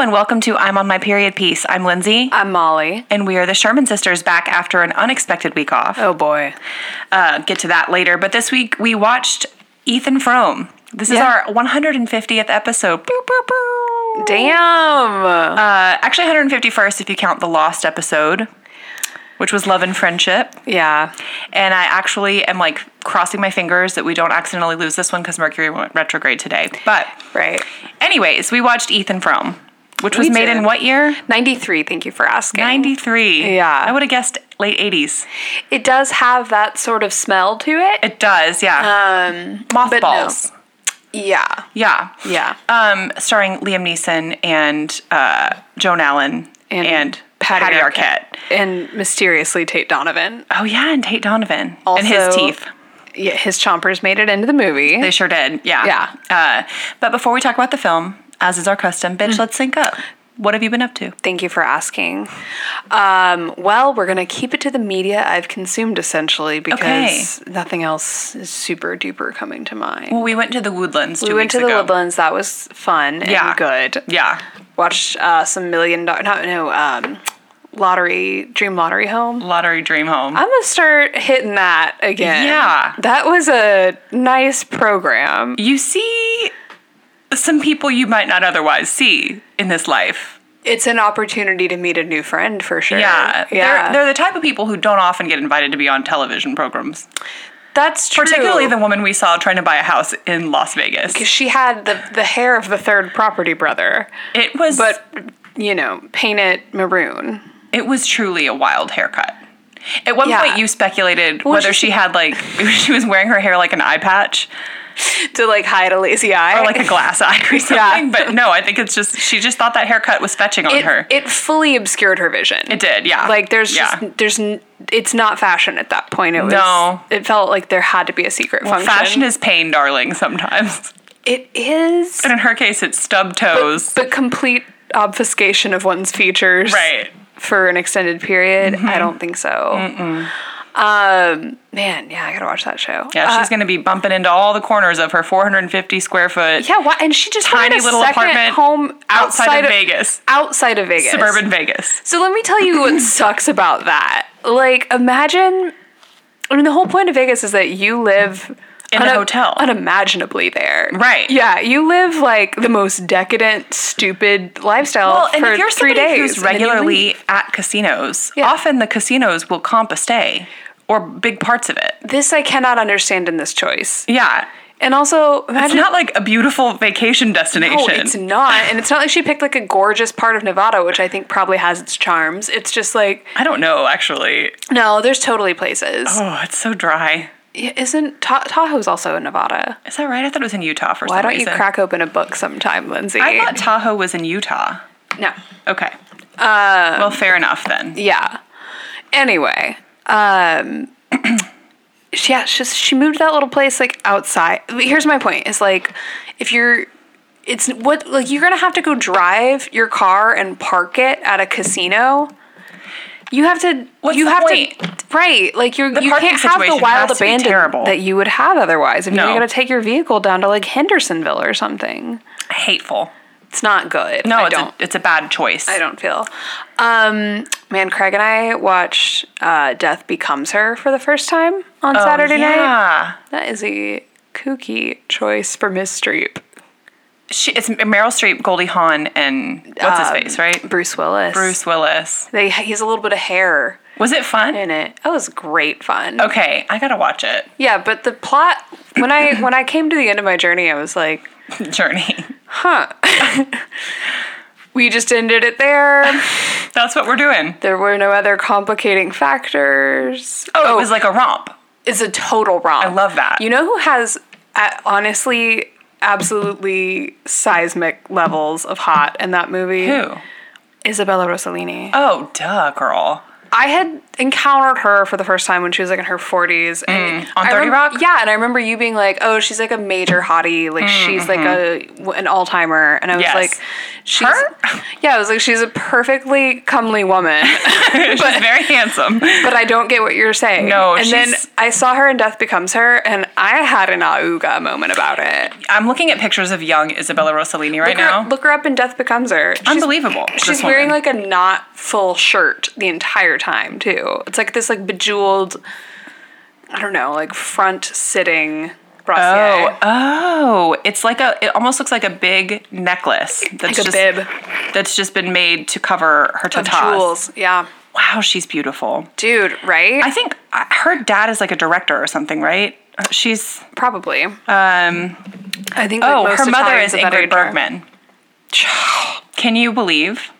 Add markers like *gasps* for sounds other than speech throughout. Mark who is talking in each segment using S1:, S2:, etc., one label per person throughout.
S1: and welcome to I'm on my period piece. I'm Lindsay,
S2: I'm Molly.
S1: and we are the Sherman sisters back after an unexpected week off.
S2: Oh boy.
S1: Uh, get to that later. But this week we watched Ethan Frome. This
S2: Yeah.
S1: is our 150th episode. Boop, boop, boop.
S2: Damn.
S1: Uh, actually, 151st if you count the lost episode, which was Love and Friendship.
S2: yeah.
S1: And I actually am like crossing my fingers that we don't accidentally lose this one because Mercury went retrograde today. But,
S2: Right.
S1: anyways, we watched Ethan Frome, which was
S2: We
S1: made
S2: did.
S1: in what year?
S2: 93, thank you for asking.
S1: 93.
S2: Yeah.
S1: I would have guessed late 80s.
S2: It does have that sort of smell to it.
S1: It does, yeah.
S2: Um
S1: Mothballs.
S2: yeah.
S1: Yeah.
S2: Yeah.
S1: Um, starring Liam Neeson and uh, Joan Allen and,
S2: And
S1: Patty,
S2: Patty
S1: Arquette.
S2: And mysteriously Tate Donovan.
S1: Oh, yeah, and Tate Donovan. and his
S2: Also-
S1: teeth.
S2: Yeah, his chompers made it into the movie.
S1: They sure did. Yeah. Uh, but before we talk about the film, as is our custom,
S2: Mm.
S1: bitch, let's sync up. What have you been up to?
S2: Thank you for asking. Um, well, we're going to keep it to the media I've consumed essentially because nothing else is super duper coming to mind.
S1: Well, we went to the Woodlands. Two
S2: we went
S1: weeks
S2: to the
S1: ago.
S2: Woodlands. That was fun and
S1: Yeah.
S2: good.
S1: Yeah.
S2: Watched uh, some million dollar, no, no, um, lottery, dream lottery home.
S1: Lottery Dream Home.
S2: I'm going to start hitting that again.
S1: Yeah.
S2: That was a nice program.
S1: you see some people you might not otherwise see in this life.
S2: It's an opportunity to meet a new friend for sure.
S1: Yeah.
S2: Yeah.
S1: They're, they're the type of people who don't often get invited to be on television programs.
S2: That's true.
S1: Particularly the woman we saw trying to buy a house in Las Vegas.
S2: she had the, the hair of the third property brother,
S1: It was
S2: but you know, paint it maroon.
S1: it was truly a wild haircut. At one
S2: Yeah.
S1: point you speculated whether
S2: she-
S1: she had like *laughs* she was wearing her hair like an eye patch
S2: To like hide a lazy eye.
S1: or Oh, like a glass eye
S2: *laughs*
S1: or something. But no, I think it's just she just thought that haircut was fetching on
S2: it,
S1: her.
S2: it fully obscured her vision.
S1: It did, yeah.
S2: *laughs* Like there's
S1: yeah.
S2: just there's n- it's not fashion at that point. It was
S1: No.
S2: It felt like there had to be a secret function.
S1: fashion is pain, darling, sometimes.
S2: it is,
S1: And in her case it's stub toes.
S2: but complete obfuscation of one's features,
S1: Right. Mm-hmm.
S2: For an extended period, I don't think so. Um, man, yeah, I gotta watch that show.
S1: yeah, she's gonna be bumping into all the corners of her four hundred and fifty square foot
S2: Yeah, why, and she just
S1: Tiny
S2: tiny
S1: little
S2: little second
S1: apartment
S2: home
S1: outside,
S2: outside,
S1: of, Vegas.
S2: outside of Vegas,
S1: Suburban Vegas.
S2: So let me tell
S1: *laughs*
S2: you what sucks about that. Like, imagine. I mean, the whole point of Vegas is that you live
S1: In a hotel.
S2: unimaginably there.
S1: Right.
S2: Yeah, you live like the most decadent, stupid lifestyle
S1: Well, and
S2: for
S1: if you're
S2: three
S1: somebody
S2: days.
S1: who's
S2: and then you leave.
S1: regularly at casinos,
S2: Yeah.
S1: often the casinos will comp a stay or big parts of it.
S2: this, I cannot understand in this choice.
S1: Yeah.
S2: And also,
S1: It's
S2: imagine.
S1: not like a beautiful vacation destination.
S2: No, it's not. And it's not like she picked like a gorgeous part of Nevada, which I think probably has its charms. It's just like,
S1: I don't know, actually.
S2: no, there's totally places.
S1: Oh, it's so dry.
S2: Isn't Ta- Tahoe's also in Nevada?
S1: Is that right? I thought it was in Utah for
S2: Why
S1: some
S2: don't
S1: reason.
S2: you crack open a book sometime, Lindsay?
S1: I thought Tahoe was in Utah.
S2: no.
S1: Okay.
S2: Uh,
S1: well, fair enough then.
S2: Yeah. Anyway, um, *clears throat* she- yeah, she, she moved to that little place like outside. Here's my point: is like if you're, it's what like you're gonna have to go drive your car and park it at a casino. You have to.
S1: What's
S2: you
S1: the
S2: have
S1: point?
S2: to. Right, like you're. you
S1: parking
S2: can't have the
S1: situation
S2: wild
S1: has to be
S2: abandon
S1: terrible.
S2: that you would have otherwise if
S1: No.
S2: you're gonna take your vehicle down to like Hendersonville or something.
S1: Hateful.
S2: It's not good.
S1: No,
S2: I
S1: it's,
S2: don't.
S1: A, it's a bad choice.
S2: I don't feel. Um, man, Craig and I watched uh, Death Becomes Her for the first time on Saturday night.
S1: Oh, yeah.
S2: Oh, That is a kooky choice for Miss Streep.
S1: She, it's Meryl Streep, Goldie Hawn, and what's his face, right?
S2: Um, Bruce Willis.
S1: Bruce Willis.
S2: They, he has a little bit of hair
S1: Was it fun?
S2: in it. That was great fun.
S1: Okay, I gotta watch it. *laughs*
S2: Yeah, but the plot when I *coughs* when I came to the end of my journey, I was like,
S1: Journey.
S2: huh. *laughs* we just ended it there.
S1: That's what we're doing.
S2: There were no other complicating factors.
S1: Oh, it was like a romp.
S2: is a total romp. I
S1: love that.
S2: You know who has uh, honestly absolutely seismic levels of hot in that movie?
S1: Who?
S2: Isabella Rossellini.
S1: Oh, duh, girl. *laughs*
S2: I had encountered her for the first time when she was like in her 40s and
S1: Hmm. on
S2: I
S1: 30
S2: remem-
S1: Rock?
S2: Yeah, and I remember you being like, "Oh, she's like a major hottie. Like she's like a an all-timer." And I was
S1: Hmm, Yes.
S2: like, "She's
S1: Her?
S2: *laughs* Yeah, I was like, "She's a perfectly comely
S1: *laughs*
S2: woman."
S1: She's very handsome.
S2: but I don't get what you're saying.
S1: No,
S2: and then
S1: she's-
S2: I saw her in Death Becomes Her, and I had an auga moment about it.
S1: I'm looking at pictures of young Isabella Rossellini right
S2: Look her,
S1: now.
S2: look her up in Death Becomes Her. She's-
S1: Unbelievable.
S2: She's wearing like a not full shirt the entire time too. It's like this like bejeweled, I don't know, like front sitting
S1: Oh,
S2: brassiere.
S1: oh! It's like a. It almost looks like a big necklace. That's
S2: like a
S1: just,
S2: bib
S1: That's just been made to cover her
S2: of
S1: tatas.
S2: jewels. Yeah,
S1: Wow, she's beautiful.
S2: dude, right?
S1: I think uh, her dad is like a director or something, right? Uh, She's.
S2: Probably.
S1: Um,
S2: I think.
S1: oh,
S2: like, most
S1: her mother
S2: Italians
S1: is
S2: of that
S1: Ingrid
S2: age are-
S1: Bergman. *sighs* Can you believe?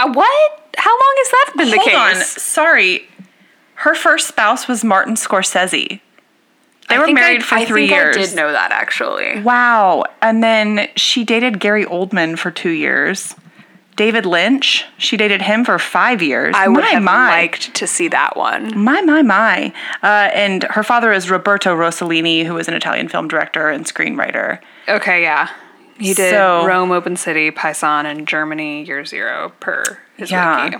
S2: Uh, what? How long has that been the
S1: Hold on.
S2: case?
S1: Sorry, her first spouse was Martin Scorsese. They
S2: I
S1: were
S2: think I-
S1: married for
S2: I
S1: three
S2: think
S1: years.
S2: I did know that actually.
S1: Wow. And then she dated Gary Oldman for two years. David Lynch, she dated him for five years.
S2: I would have
S1: my.
S2: liked to see that one.
S1: My, my, my. Uh, and her father is Roberto Rossellini, who is an Italian film director and screenwriter.
S2: Okay, yeah. He did
S1: So-
S2: Rome, Open City, Paisan, and Germany, Year Zero per his
S1: Yeah.
S2: wiki.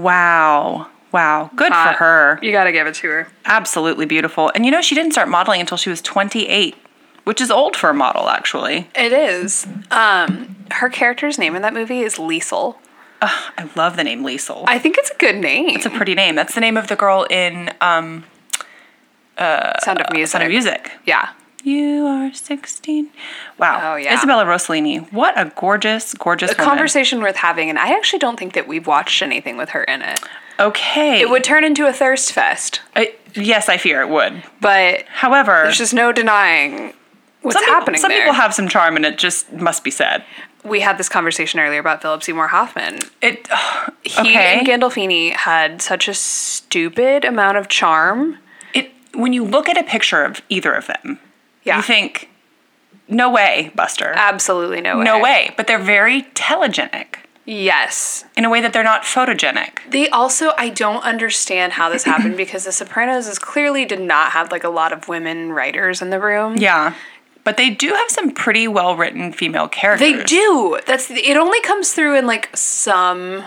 S1: Wow. Wow. Good
S2: Uh,
S1: for her.
S2: You gotta give it to her.
S1: Absolutely beautiful. And you know, she didn't start modeling until she was 28, which is old for a model, actually.
S2: It is. Um, her character's name in that movie is Liesel.
S1: I love the name Liesel.
S2: I think it's a good name.
S1: It's a pretty name. That's the name of the girl in um,
S2: Uh, Sound of Music.
S1: Sound of Music.
S2: Yeah.
S1: You are 16. Wow.
S2: Oh, yeah.
S1: Isabella Rossellini. What a gorgeous, gorgeous
S2: A
S1: woman.
S2: conversation worth having, and I actually don't think that we've watched anything with her in it.
S1: Okay.
S2: It would turn into a thirst fest,
S1: I- yes, I fear it would.
S2: but
S1: However,
S2: there's just no denying what's
S1: some,
S2: happening
S1: people, some
S2: there.
S1: people have some charm and it just must be said.
S2: we had this conversation earlier about Philip Seymour Hoffman
S1: It,
S2: *sighs* He
S1: okay.
S2: and Gandolfini had such a stupid amount of charm.
S1: it, when you look at a picture of either of them,
S2: Yeah.
S1: you think, no way, Buster.
S2: Absolutely no way.
S1: no way. But they're very telegenic
S2: Yes.
S1: in a way that they're not photogenic.
S2: They also, I don't understand how
S1: *clears throat*
S2: this happened because The Sopranos is clearly did not have like a lot of women writers in the room.
S1: Yeah. But they do have some pretty well written female characters.
S2: They do. That's it. Only comes through in like some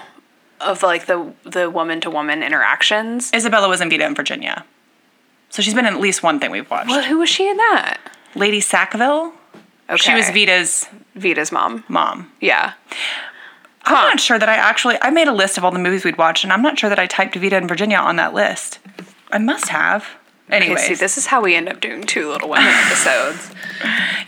S2: of like the the woman to woman interactions.
S1: Isabella was in Vita in Virginia. So she's been in at least one thing we've watched.
S2: Well, who was she in that?
S1: Lady Sackville.
S2: Okay.
S1: She was Vita's
S2: Vita's mom.
S1: mom.
S2: Yeah.
S1: I'm not sure that I actually I made a list of all the movies we'd watched, and I'm not sure that I typed Vita in Virginia on that list. I must have.
S2: Okay,
S1: Anyways,
S2: see, this is how we end up doing two
S1: *laughs*
S2: Little Women episodes.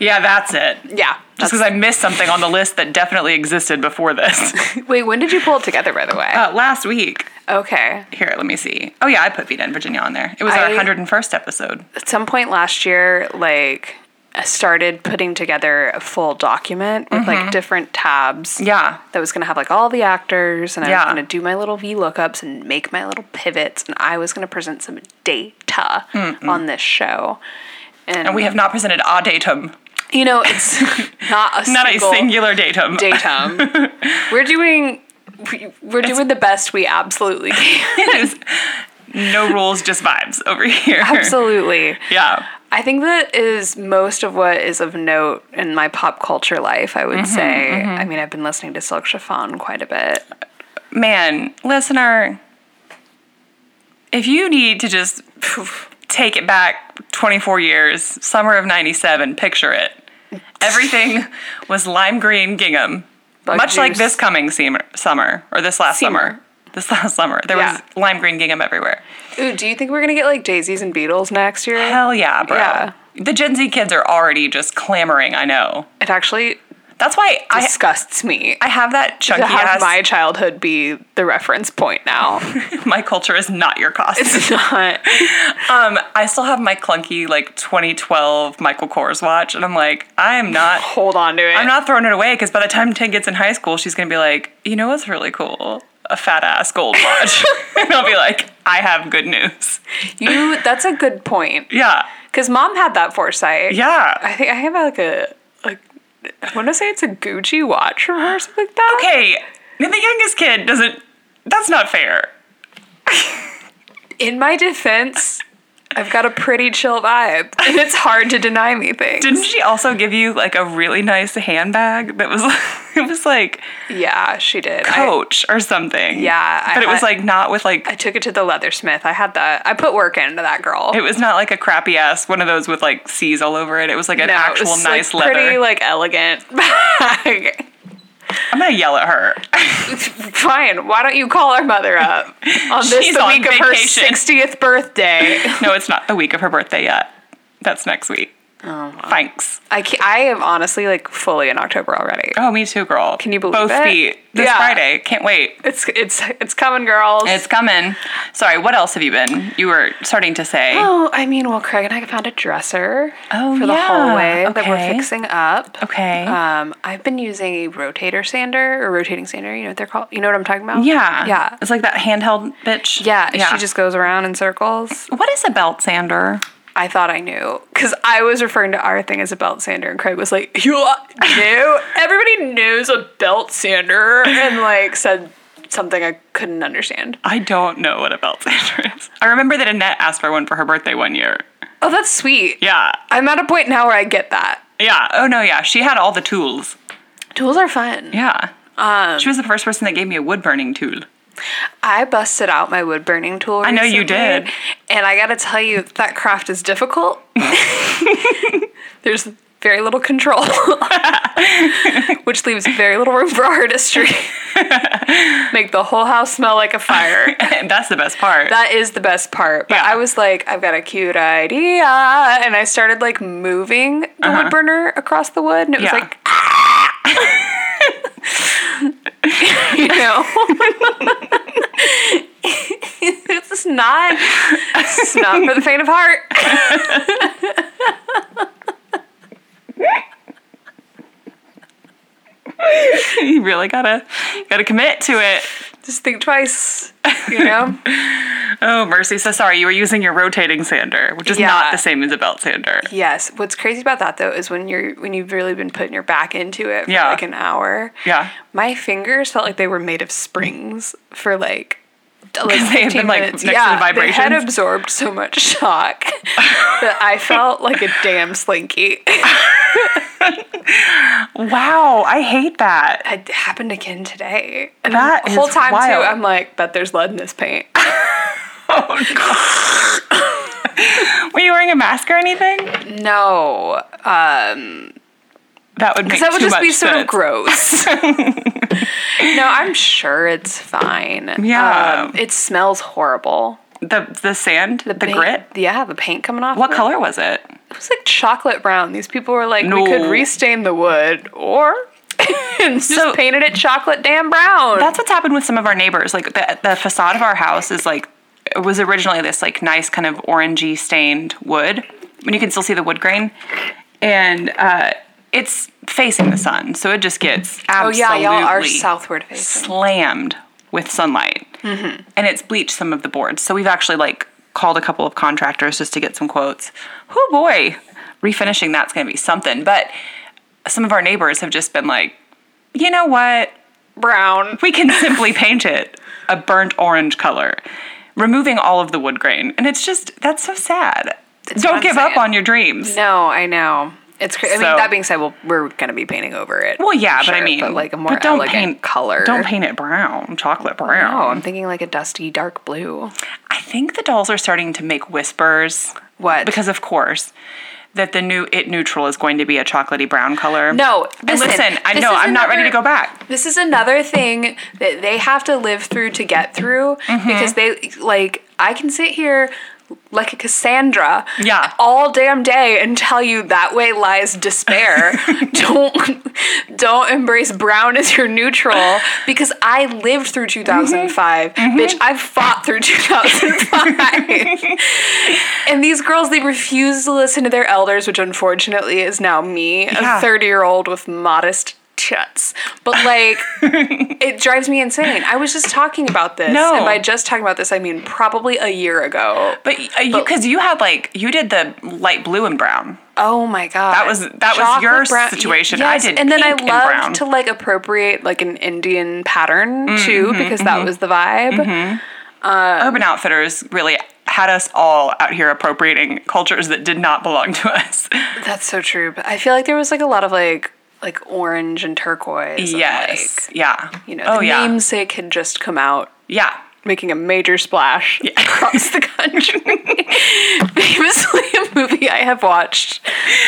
S1: yeah, that's it.
S2: Yeah.
S1: Just because I missed something on the list that definitely existed before this.
S2: Wait, when did you pull it together, by the way?
S1: Uh, last week,
S2: Okay.
S1: here, let me see. Oh yeah, I put Vita in Virginia on there. It was our
S2: I-
S1: 101st episode.
S2: At some point last year, like, I started putting together a full document with like different tabs.
S1: Mm-hmm. Yeah,
S2: That was gonna have like all the actors, and I
S1: Yeah.
S2: was gonna do my little V lookups and make my little pivots, and I was gonna present some data on this show. And,
S1: and we have not presented a datum,
S2: you know,
S1: *laughs*
S2: it's not a
S1: not a
S2: single
S1: singular datum.
S2: datum. we're doing, we- we're doing the best we absolutely
S1: *laughs*
S2: can.
S1: There's *laughs* no rules, just vibes over here.
S2: absolutely.
S1: Yeah.
S2: I think that is most of what is of note in my pop culture life, I
S1: Mm-hmm,
S2: would say. I mean, I've been listening to Silk Chiffon quite a bit.
S1: Man, listener, if you need to just poof, take it back 24 years, summer of 97, picture it.
S2: *laughs*
S1: Everything was lime green gingham.
S2: Bug
S1: much like
S2: juice.
S1: this coming seamer, summer, or this last
S2: Seamer.
S1: summer. This *laughs* last summer, there was lime green gingham everywhere.
S2: Ooh, do you think we're going to get like Daisies and Beatles next year?
S1: Hell yeah, bro.
S2: Yeah.
S1: The Gen Z kids are already just clamoring, I know.
S2: It actually
S1: That's why I,
S2: disgusts me
S1: I have that chunky
S2: to have
S1: ass.
S2: my childhood be the reference point now.
S1: *laughs*
S2: *laughs*
S1: my culture is not your costume.
S2: it's not.
S1: Um, I still have my clunky like 2012 Michael Kors watch, and I'm like, I am not.
S2: Hold on to it.
S1: I'm not throwing it away because by the time Ted gets in high school, she's gonna be like, you know what's really cool? A fat ass gold watch, *laughs* and I'll be like, I have good news.
S2: You, that's a good point.
S1: Yeah,
S2: Because mom had that foresight.
S1: yeah.
S2: I think I have like a, like, I want to say it's a Gucci watch from her or something like that.
S1: Okay, and the youngest kid doesn't. That's not fair.
S2: in my defense, I've got a pretty chill vibe, *laughs* and it's hard to deny me things.
S1: Didn't she also give you like a really nice handbag that was *laughs* it was like
S2: yeah, she did. I-
S1: coach or something?
S2: Yeah, I
S1: but it was
S2: had-
S1: like not with like
S2: I took it to the leathersmith. I had that. I put work into that girl.
S1: it was not like a crappy ass one of those with like C's all over it. It was like an
S2: No, it
S1: actual
S2: was, like,
S1: nice leather.
S2: pretty like elegant bag. *laughs*
S1: I'm gonna yell at her.
S2: Fine. Why don't you call our mother
S1: *laughs*
S2: up on this
S1: She's
S2: the
S1: on
S2: week of her
S1: vacation.
S2: sixtieth birthday?
S1: no, it's not the week of her birthday yet. That's next week.
S2: Oh,
S1: Thanks.
S2: I ca I am honestly like fully in October already.
S1: Oh, me too, girl. Can
S2: you believe
S1: Both
S2: it?
S1: feet this
S2: Yeah.
S1: Friday. Can't wait.
S2: It's it's it's coming, girls.
S1: It's coming. Sorry, what else have you been? You were starting to say.
S2: oh, I mean, well, Craig and I found a dresser
S1: Oh,
S2: for the
S1: yeah.
S2: hallway that we're
S1: Okay.
S2: fixing up.
S1: Okay.
S2: Um, I've been using a rotator sander or rotating sander. You know what they're called. You know what I'm talking about?
S1: yeah.
S2: Yeah.
S1: It's like that handheld bitch.
S2: Yeah, she just goes around in circles.
S1: What is a belt sander?
S2: I thought I knew because I was referring to our thing as a belt sander, and Craig was like, "You knew? Everybody knows a belt sander," and like said something I couldn't understand.
S1: I don't know what a
S2: *laughs*
S1: belt sander is. I remember that Annette asked for one for her birthday one year.
S2: Oh, that's sweet.
S1: Yeah.
S2: I'm at a point now where I get that.
S1: Yeah. Oh no, yeah. She had all the tools.
S2: Tools are fun.
S1: Yeah.
S2: Um,
S1: she was the first person that gave me a wood burning tool. *laughs*
S2: I busted out my wood burning tool.
S1: know you
S2: recently,
S1: did.
S2: and I gotta tell you, that craft
S1: *laughs*
S2: is difficult. There's very little control, *laughs* which leaves very little room
S1: *laughs*
S2: for artistry. Make the whole house smell like a fire.
S1: That's the best part.
S2: That is the best part. But
S1: Yeah.
S2: I was like, I've got a cute idea, and I started like moving the wood burner across the wood, and it was
S1: Uh-huh. Yeah.
S2: like. "Ah!" *laughs* you know *laughs* this is not it's not for the faint of heart
S1: *laughs* you really gotta gotta commit to it.
S2: just think twice you know
S1: Oh mercy. So sorry, you were using your rotating sander, which is
S2: Yeah.
S1: not the same as a belt sander.
S2: yes what's crazy about that though is when you're when you've really been putting your back into it for
S1: Yeah.
S2: like an hour
S1: Yeah.
S2: my fingers felt like they were made of springs for like *laughs* like
S1: they had
S2: 15
S1: been, like,
S2: minutes.
S1: next to the
S2: they had
S1: vibrations.
S2: absorbed so much
S1: *laughs*
S2: shock that I felt like a damn slinky.
S1: Wow, I hate that.
S2: it happened again today. And
S1: That
S2: the
S1: is
S2: whole time
S1: wild.
S2: too, I'm like, bet there's lead in this paint.
S1: Were you wearing a mask or anything?
S2: no,
S1: That would make
S2: that would
S1: too
S2: just be
S1: much
S2: sort of
S1: sense. *laughs*
S2: gross. no, I'm sure it's fine.
S1: Yeah.
S2: Um, it smells horrible.
S1: The the sand, the,
S2: Paint-
S1: grit.
S2: yeah, the paint coming off.
S1: What
S2: of it.
S1: color was it?
S2: It was like chocolate brown. These people were like, we could
S1: No.
S2: restain the wood or *laughs* and just
S1: So-
S2: painted it chocolate damn brown.
S1: That's what's happened with some of our neighbors. Like the the facade of our house is like it was originally this like nice kind of orangey stained wood, and you can still see the wood grain, and uh, it's facing the sun, so it just gets
S2: oh yeah,
S1: absolutely
S2: y'all are southward facing.
S1: slammed with sunlight,
S2: Mm-hmm.
S1: and it's bleached some of the boards. So we've actually like called a couple of contractors just to get some quotes. Oh boy, refinishing that's going to be something. But some of our neighbors have just been like, you know what?
S2: Brown.
S1: we can
S2: *laughs*
S1: simply paint it a burnt orange color, removing all of the wood grain. And it's just, that's so sad.
S2: what
S1: Don't
S2: I'm
S1: give up
S2: saying.
S1: on your dreams.
S2: No, I know. It's crazy. I mean,
S1: So-
S2: that being said, we'll, we're going to be painting over it.
S1: Well, yeah,
S2: Sure,
S1: but I mean,
S2: but like a more
S1: but don't
S2: elegant
S1: paint
S2: color.
S1: Don't paint it brown, chocolate brown.
S2: Oh, I'm thinking like a dusty dark blue.
S1: I think the dolls are starting to make whispers.
S2: What?
S1: Because of course, that the new it neutral is going to be a chocolatey brown color.
S2: No,
S1: and
S2: listen,
S1: listen, I
S2: this
S1: know
S2: is
S1: I'm not ready to
S2: another-
S1: go back.
S2: This is another thing that they have to live through to get through because they like I can sit here like a Cassandra
S1: Yeah.
S2: all damn day and tell you that way lies despair. don't don't embrace brown as your neutral because I lived through 2005. Bitch, I fought through 2005. and these girls they refuse to listen to their elders, which unfortunately is now me, a
S1: Yeah.
S2: 30-year-old with modest chuts.
S1: *laughs*
S2: But like it drives me insane. I was just talking about this.
S1: No.
S2: And by just talking about this, I mean probably a year ago.
S1: But because you, had like you did the light blue and brown.
S2: Oh my god. That
S1: was- that was your situation. I did
S2: And then I
S1: pink and
S2: loved
S1: brown. Mm-hmm,
S2: to like appropriate like an Indian pattern too because that was the vibe.
S1: Urban Outfitters really had us all out here appropriating cultures that did not belong to us.
S2: That's *laughs* so true. But I feel like there was like a lot of like like orange and turquoise. and,
S1: yes. yeah.
S2: like, you know,
S1: Oh
S2: the
S1: yeah.
S2: namesake had just come out
S1: yeah. *laughs*
S2: making a major splash *laughs* across
S1: *laughs*
S2: the country. Famously a movie I have watched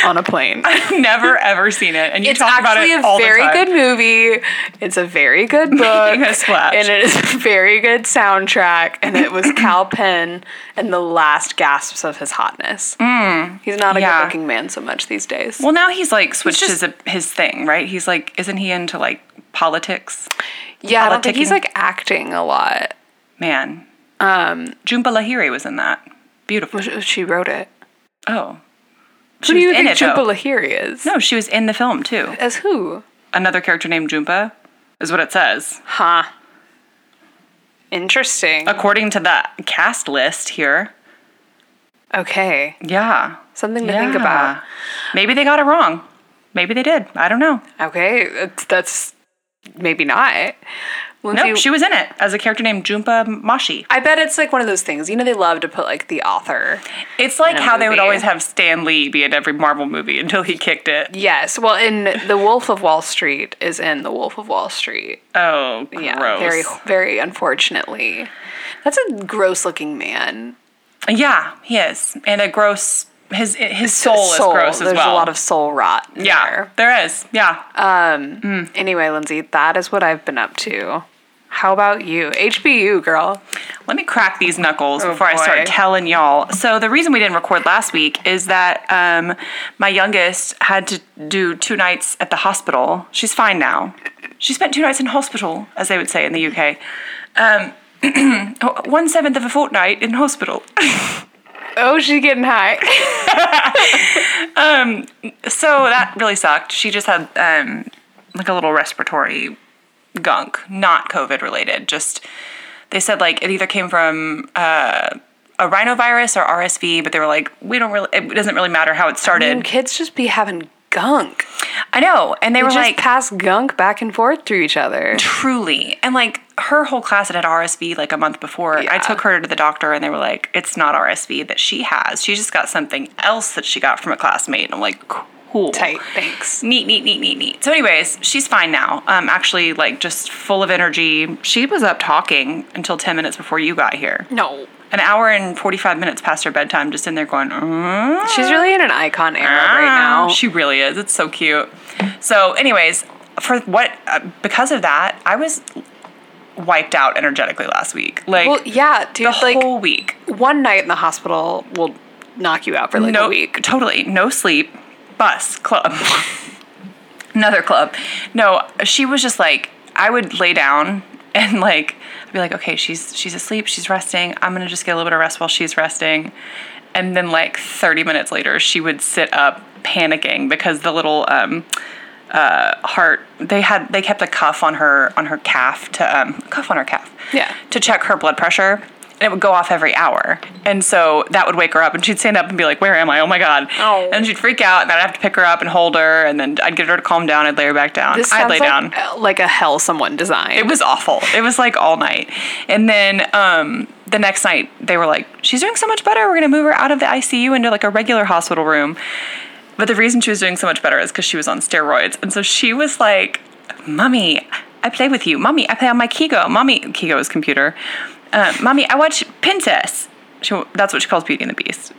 S2: on a plane.
S1: Never ever seen it, and you
S2: It's
S1: talk about
S2: actually
S1: it
S2: a
S1: all
S2: very
S1: the time.
S2: good movie. It's a
S1: *laughs*
S2: very good book.
S1: Making a splash.
S2: And it is a very good soundtrack. And it was Cal Penn and the last gasps of his hotness. He's not
S1: Mm.
S2: a
S1: yeah.
S2: good looking man so much these days.
S1: Well, now he's like switched
S2: just-
S1: his his thing, right? He's like, isn't he into like politics?
S2: yeah, I don't think he's
S1: politicking.
S2: like acting a lot.
S1: Man, um, Jhumpa Lahiri was in that. Beautiful.
S2: She- oh, She wrote it.
S1: Oh,
S2: Who
S1: she
S2: do
S1: was
S2: you
S1: in
S2: think
S1: it, though.
S2: Jhumpa Lahiri is?
S1: No, she was in the film too.
S2: As who?
S1: Another character named Jhumpa is what it says.
S2: Huh. Interesting.
S1: According to the cast list here.
S2: Okay.
S1: Yeah.
S2: Something to
S1: yeah.
S2: think about.
S1: Maybe they got it wrong. Maybe they did. I don't know.
S2: Okay. That's, that's maybe not.
S1: No,
S2: Lindsay-
S1: she was in it as a character named Jhumpa Mashi.
S2: I bet it's like one of those things. You know, they love to put like the author.
S1: It's like
S2: In a
S1: how they would
S2: movie.
S1: always have Stan Lee be in every Marvel movie until he kicked it.
S2: Yes. Well, in The Wolf of Wall Street is in The Wolf of Wall Street.
S1: Oh, gross.
S2: Yeah. Very, very unfortunately. That's a gross looking man.
S1: Yeah, he is, and a gross. His his soul, is gross as
S2: There's
S1: well.
S2: a lot of soul rot. in
S1: yeah,
S2: there.
S1: there is. Yeah,
S2: Anyway, Lindsay, that is what I've been up to. How about you? HBU, girl.
S1: let me crack these knuckles before I
S2: boy.
S1: start telling y'all. So the reason we didn't record last week is that um, my youngest had to do two nights at the hospital. She's fine now. She spent two nights in hospital, as they would say in the UK. Um, *clears throat* one seventh of a fortnight in hospital.
S2: Oh, she's getting high. *laughs*
S1: So that really sucked. She just had um, like a little respiratory gunk, not COVID related. Just they said like it either came from uh, a rhinovirus or RSV, but they were like, we don't really. It doesn't really matter how it started. I,
S2: and kids just be having gunk.
S1: know, and they,
S2: They
S1: were
S2: just
S1: like,
S2: pass gunk back and forth through
S1: *laughs*
S2: each other.
S1: truly, and like her whole class had had RSV like a month before. I
S2: Yeah.
S1: took her to the doctor, and they were like, it's not RSV that she has. She just got something else that she got from a classmate. And I'm like, cool,
S2: *laughs* Tight. Thanks.
S1: neat, neat, neat, neat, neat. So, anyways, she's fine now. Um, actually, like just full of energy. She was up talking until ten minutes before you got here.
S2: No.
S1: An hour and forty-five minutes past her bedtime, just in there going. "Mm,
S2: She's really in an icon era right
S1: ah."
S2: now.
S1: she really is. It's so cute. So, anyways, for what uh, because of that, I was wiped out energetically last week. Like
S2: well, yeah, dude.
S1: the
S2: like
S1: whole week.
S2: one night in the hospital will knock you out for like
S1: no,
S2: a week.
S1: Totally. No sleep. Bus club. *laughs* Another club. No, she was just like I would lay down and like I'd be like, okay, she's she's asleep, she's resting. I'm gonna just get a little bit of rest while she's resting. And then like 30 minutes later, she would sit up panicking because the little um uh, heart they had they kept a cuff on her on her calf to um cuff on her calf
S2: Yeah.
S1: to check her blood pressure and it would go off every hour and so that would wake her up and she'd stand up and be like where am i oh my god
S2: Oh.
S1: and she'd freak out and i'd have to pick her up and hold her and then i'd get her to calm down i'd lay her back down
S2: This
S1: i'd
S2: sounds
S1: lay down
S2: like, uh, like a hell someone designed.
S1: it was awful it was like all night and then um the next night they were like she's doing so much better we're going to move her out of the icu into like a regular hospital room but the reason she was doing so much better is because she was on steroids and so she was like mommy i play with you mommy i play on my kigo mommy kigo is computer uh, mommy i watch princess she, that's what she calls beauty and the beast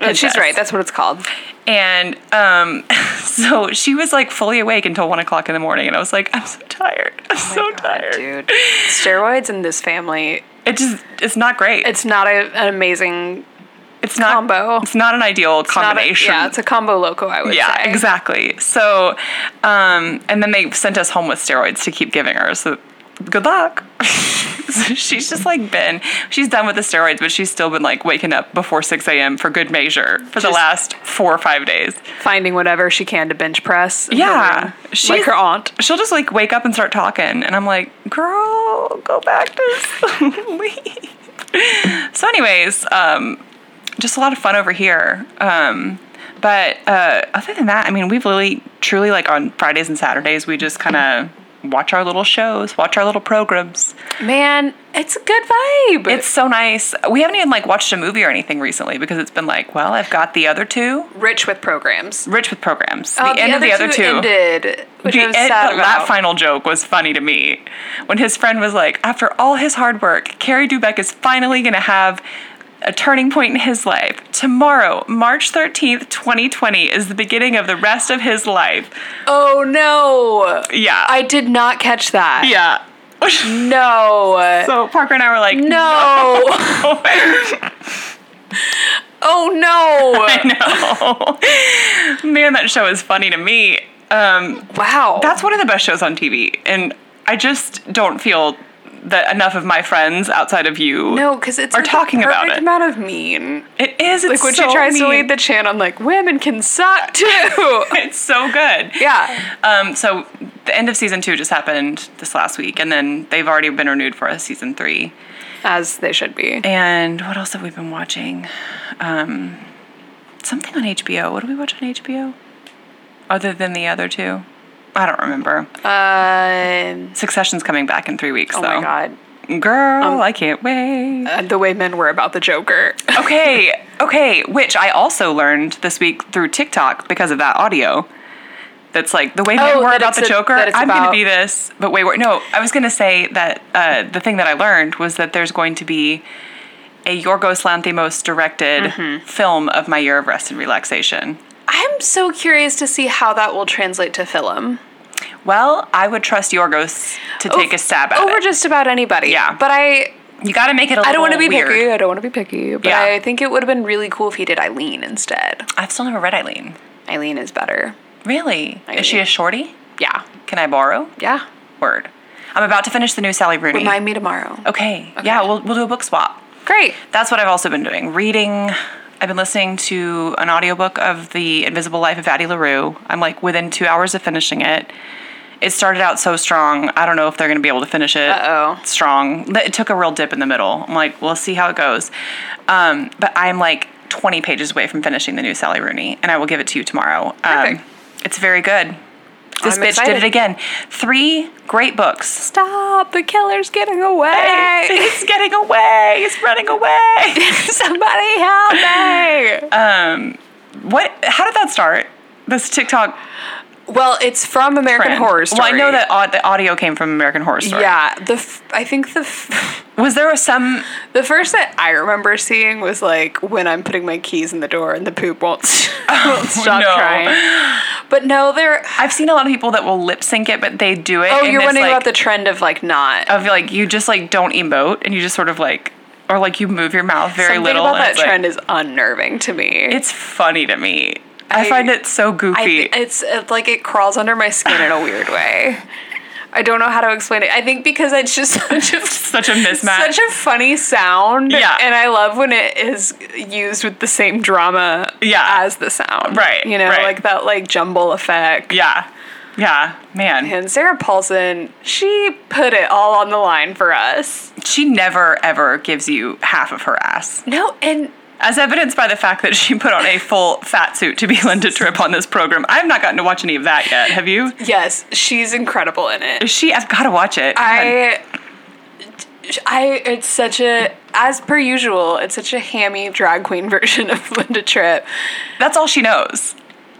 S2: Uh, She's
S1: Princess.
S2: right. That's what it's called.
S1: And um, *laughs* so she was like fully awake until one o'clock in the morning, and I was like, I'm so tired. I'm so
S2: Oh God,
S1: tired.
S2: dude. Steroids in this family.
S1: It just it's not great. It's,
S2: It's not a, an amazing
S1: not
S2: combo.
S1: It's not an ideal
S2: not a-
S1: combination.
S2: yeah, it's a combo loco. I would
S1: Yeah,
S2: say.
S1: exactly. So, um, and then they sent us home with steroids to keep giving her. So, good luck. *laughs* so she's just like been, she's done with the steroids, but she's still been like waking up before 6 a.m. for good measure for the
S2: Just-
S1: last four or five days.
S2: Finding whatever she can to bench press. in her
S1: Yeah,
S2: room, like her aunt.
S1: She'll just like wake up and start talking, and I'm like, "Girl, go back to sleep." *laughs* so, anyways, um, just a lot of fun over here. Um, but uh, other than that, I mean, we've really, truly, like on Fridays and Saturdays, we just kind of watch our little shows, watch our little programs.
S2: Man, it's a good vibe.
S1: It's so nice. We haven't even like watched a movie or anything recently because it's been like, well, I've got the other two.
S2: rich with programs.
S1: Rich with programs.
S2: Uh,
S1: Oh, the, end of the other two.
S2: ended, which
S1: the
S2: I
S1: end,
S2: was sad
S1: but that
S2: about.
S1: final joke was funny to me when his friend was like, after all his hard work, Carrie Dubeck is finally going to have a turning point in his life. Tomorrow, March 13th, 2020, is the beginning of the rest of his life.
S2: oh no,
S1: Yeah.
S2: I did not catch that.
S1: yeah. *laughs*
S2: No,
S1: so Parker and I were *laughs* like,
S2: no, *laughs* oh no.
S1: I know. Man, that show is funny to me. Um,
S2: Wow,
S1: that's one of the best shows on TV. And I just don't feel that enough of my friends outside of you
S2: no, because it's
S1: are
S2: like the
S1: talking about
S2: perfect
S1: it.
S2: amount of mean.
S1: It is. It's
S2: Like when
S1: so
S2: she tries to
S1: mean.
S2: lead the chant on like women can suck too.
S1: *laughs* It's so good.
S2: yeah.
S1: Um, so the end of season two just happened this last week, and then they've already been renewed for a season three.
S2: As they should be.
S1: And what else have we been watching? Um, something on HBO. What do we watch on HBO? Other than the other two, I don't remember.
S2: Um
S1: Succession's coming back in three weeks,
S2: Uh, oh
S1: though.
S2: my god. Um,
S1: Girl, I can't wait.
S2: Uh, the way men were about the Joker.
S1: okay, okay. Which I also learned this week through TikTok because of that audio. That's like the way men
S2: Oh,
S1: were
S2: that
S1: about
S2: it's
S1: the
S2: a-
S1: Joker.
S2: that it's
S1: I'm going
S2: about-
S1: to be this, but way worse. No, I was going to say that uh, the thing that I learned was that there's going to be a Yorgos Lanthimos directed
S2: Mm-hmm.
S1: film of my year of rest and relaxation.
S2: I'm so curious to see how that will translate to film.
S1: Well, I would trust Yorgos to take a stab at
S2: Over
S1: it.
S2: just about anybody.
S1: Yeah.
S2: But I
S1: you got to make it a
S2: I don't
S1: want to
S2: be picky. I don't want to be picky. But
S1: Yeah.
S2: I think it would have been really cool if he did Eileen instead.
S1: I've still never read Eileen.
S2: Eileen is better.
S1: Really? Is she a shorty?
S2: Yeah.
S1: Can I borrow?
S2: Yeah.
S1: Word. I'm about to finish the new Sally Rooney.
S2: Remind me tomorrow.
S1: okay. Yeah, we'll, we'll do a book swap.
S2: Great.
S1: That's what I've also been doing. Reading. I've been listening to an audiobook of The Invisible Life of Addie LaRue. I'm like within two hours of finishing it. It started out so strong. I don't know if they're going to be able to finish it
S2: Uh-oh.
S1: strong. It took a real dip in the middle. I'm like, we'll see how it goes. Um, but I'm like 20 pages away from finishing the new Sally Rooney, and I will give it to you tomorrow. Um,
S2: Perfect.
S1: it's very good. This
S2: I'm
S1: bitch
S2: excited.
S1: did it again. Three great books.
S2: Stop. The killer's getting
S1: *laughs*
S2: away.
S1: It's getting away. It's running away.
S2: *laughs* Somebody help me.
S1: *laughs* what? How did that start? This TikTok
S2: Well, it's from American
S1: trend.
S2: Horror Story.
S1: Well, I know that au- the audio came from American Horror Story.
S2: Yeah, the f- I think the f-
S1: Was there some?
S2: the first that I remember seeing was like when I'm putting my keys in the door and the poop won't, *laughs* s- won't stop
S1: no.
S2: crying. But no, there.
S1: I've seen a lot of people that will lip sync it, but they do it.
S2: Oh,
S1: in
S2: you're
S1: this,
S2: wondering
S1: like,
S2: about the trend of like not
S1: of like you just like don't emote and you just sort of like or like you move your mouth very
S2: something
S1: little.
S2: about
S1: and
S2: that
S1: it's, like-
S2: trend is unnerving to me.
S1: it's funny to me. I,
S2: I-
S1: find it so
S2: I
S1: goofy.
S2: th- it's it's like it crawls under my skin in a weird way. I don't know how to explain it. I think because *laughs* it's just such a
S1: Such a mismatch.
S2: *laughs* such a funny sound.
S1: Yeah.
S2: And I love when it is used with the same drama
S1: Yeah.
S2: as the sound.
S1: Right,
S2: You know,
S1: right.
S2: like that like jumble effect.
S1: yeah, yeah, man.
S2: And Sarah Paulson, she put it all on the line for us.
S1: She never ever gives you half of her ass.
S2: No, and
S1: As evidenced by the fact that she put on a full fat suit to be *laughs* Linda Tripp on this program. I've not gotten to watch any of that yet. Have you?
S2: yes, she's incredible in it.
S1: Is she? I've got to watch it.
S2: I I it's such a as per usual, it's such a hammy drag queen *laughs* version of Linda Tripp.
S1: That's all she knows.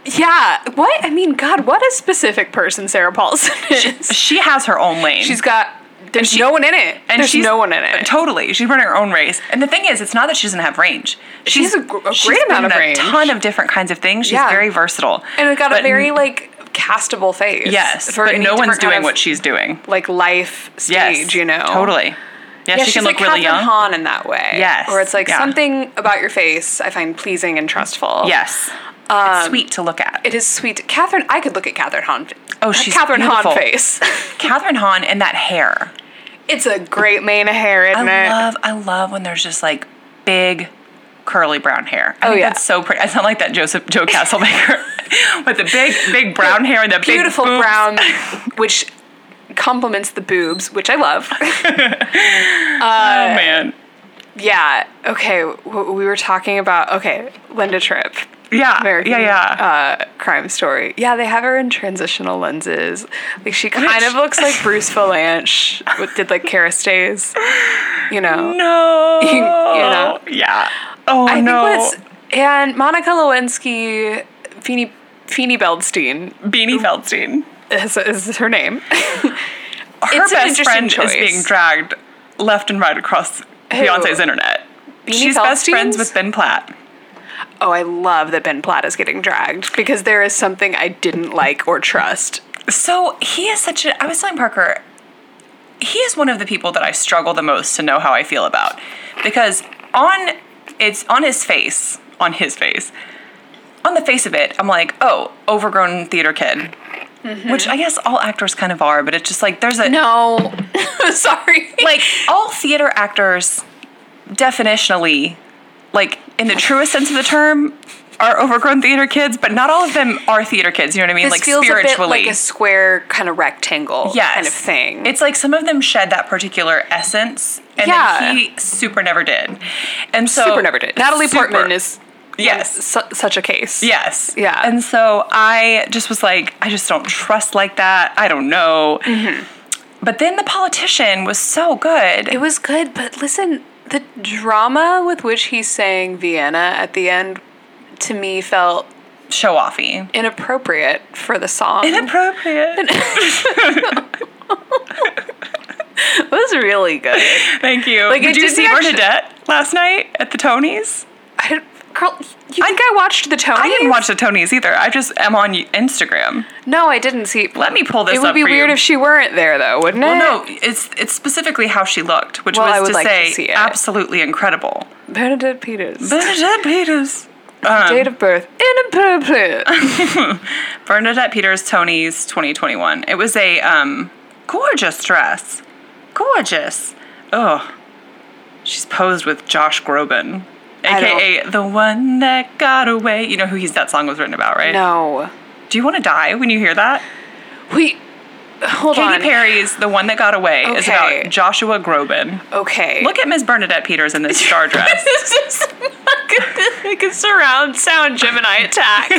S2: Yeah, what? I mean, god, what a specific person Sarah Paulson is.
S1: She has her own lane.
S2: She's got. There's no one in it.
S1: and
S2: there's
S1: she's-
S2: no one in it.
S1: Totally, she's running her own race. And the thing is, it's not that she doesn't have range.
S2: She's a gr- a
S1: she's
S2: great amount
S1: been
S2: of
S1: in
S2: range.
S1: A ton of different kinds of things. She's
S2: Yeah.
S1: very versatile.
S2: and it got a
S1: But
S2: very
S1: n-
S2: like castable face.
S1: yes.
S2: for
S1: But
S2: any
S1: no one's
S2: different kind
S1: doing
S2: of,
S1: what she's doing.
S2: like life stage.
S1: Yes,
S2: you know
S1: Totally. Yeah,
S2: Yeah,
S1: she
S2: she's
S1: can
S2: like
S1: look really
S2: Catherine
S1: young.
S2: Hahn in that way.
S1: Yes,
S2: where it's like
S1: yeah.
S2: something about your face I find pleasing and trustful.
S1: Yes. it's sweet to look at.
S2: Um, It is sweet. Catherine, I could look at Catherine Hahn.
S1: Oh, she's
S2: Catherine
S1: beautiful.
S2: Hahn face. *laughs*
S1: Catherine Hahn and that hair.
S2: it's a great mane of hair, isn't
S1: I
S2: it?
S1: love I love when there's just like big curly brown hair. I think
S2: Oh, yeah.
S1: that's so pretty. I sound like that Joseph Joe Castlemaker *laughs* with the big big brown hair and the big
S2: Beautiful
S1: boobs.
S2: *laughs* brown, which complements the boobs, which I *laughs* love.
S1: Oh man.
S2: Yeah. Okay. w- We were talking about okay, Linda Tripp.
S1: Yeah.
S2: American
S1: yeah, yeah.
S2: Uh, crime story. Yeah, they have her in transitional lenses. Like she kind of looks like Bruce Valanche with did like Kerastase. You know.
S1: *laughs* Oh, no.
S2: *laughs* you know.
S1: Yeah. Oh
S2: I
S1: no.
S2: think what's and Monica Lewinsky Feeny Feeny Beldstein
S1: Beanie Feldstein.
S2: is, is her name. *laughs*
S1: Her
S2: It's an
S1: best
S2: interesting
S1: friend
S2: choice.
S1: is being dragged left and right across Beyonce's internet. She's best friends
S2: Feldstein's?
S1: with Ben Platt.
S2: oh, I love that Ben Platt is getting dragged because there is something I didn't like or trust.
S1: So he is such a. I was telling Parker, he is one of the people that I struggle the most to know how I feel about, because on it's on his face, on his face, on the face of it, I'm like, oh, overgrown theater kid, which I guess all actors kind of are, but it's just like there's a
S2: Mm-hmm. No, *laughs* sorry.
S1: like all theater actors, definitionally, like in the truest sense of the term. Are overgrown theater kids, but not all of them are theater kids. You know what I mean?
S2: this
S1: like
S2: feels
S1: spiritually,
S2: a bit like a square kind of rectangle
S1: yes.
S2: kind of thing.
S1: It's like some of them shed that particular essence, and
S2: Yeah.
S1: then he super never did. And so
S2: super never did. Natalie
S1: Super.
S2: Portman is
S1: yes,
S2: su- such a case.
S1: yes,
S2: Yeah.
S1: And so I just was like, I just don't trust like that. I don't know. But then the politician was so good.
S2: Mm-hmm. It was good, but listen, the drama with which he sang Vienna at the end to me felt
S1: Show offy,
S2: inappropriate for the song. *laughs* It
S1: inappropriate.
S2: was really good.
S1: *laughs* Thank you.
S2: Like, it
S1: did you
S2: didn't
S1: see
S2: actually-
S1: Bernadette last night at the Tonys?
S2: I, don't- girl, you think I watched the Tony?
S1: I didn't watch the Tonys either. I just am on Instagram.
S2: No, I didn't see.
S1: Let me pull this
S2: It would
S1: up
S2: be
S1: for
S2: weird
S1: you.
S2: if she weren't there, though, wouldn't it?
S1: Well, no, it's it's specifically how she looked, which
S2: Well, I
S1: was
S2: would
S1: to
S2: like to
S1: say
S2: see it.
S1: absolutely incredible.
S2: Bernadette Peters.
S1: Bernadette Peters.
S2: Date of birth inappropriate.
S1: Bernadette Peters, Tony's 2021. It was a um, gorgeous dress. Gorgeous. Oh, she's posed with Josh Groban,
S2: I don't-
S1: aka the one that got away. You know who he's that song was written about, right?
S2: no.
S1: Do you want to die when you hear that?
S2: Wait. Hold on.
S1: Katy Perry's "The One That Got Away" is
S2: Okay.
S1: about Joshua Groban.
S2: Okay.
S1: Look at Miss Bernadette Peters in this
S2: *laughs*
S1: star dress.
S2: this is not good. *laughs* Like a surround sound Gemini attack. you,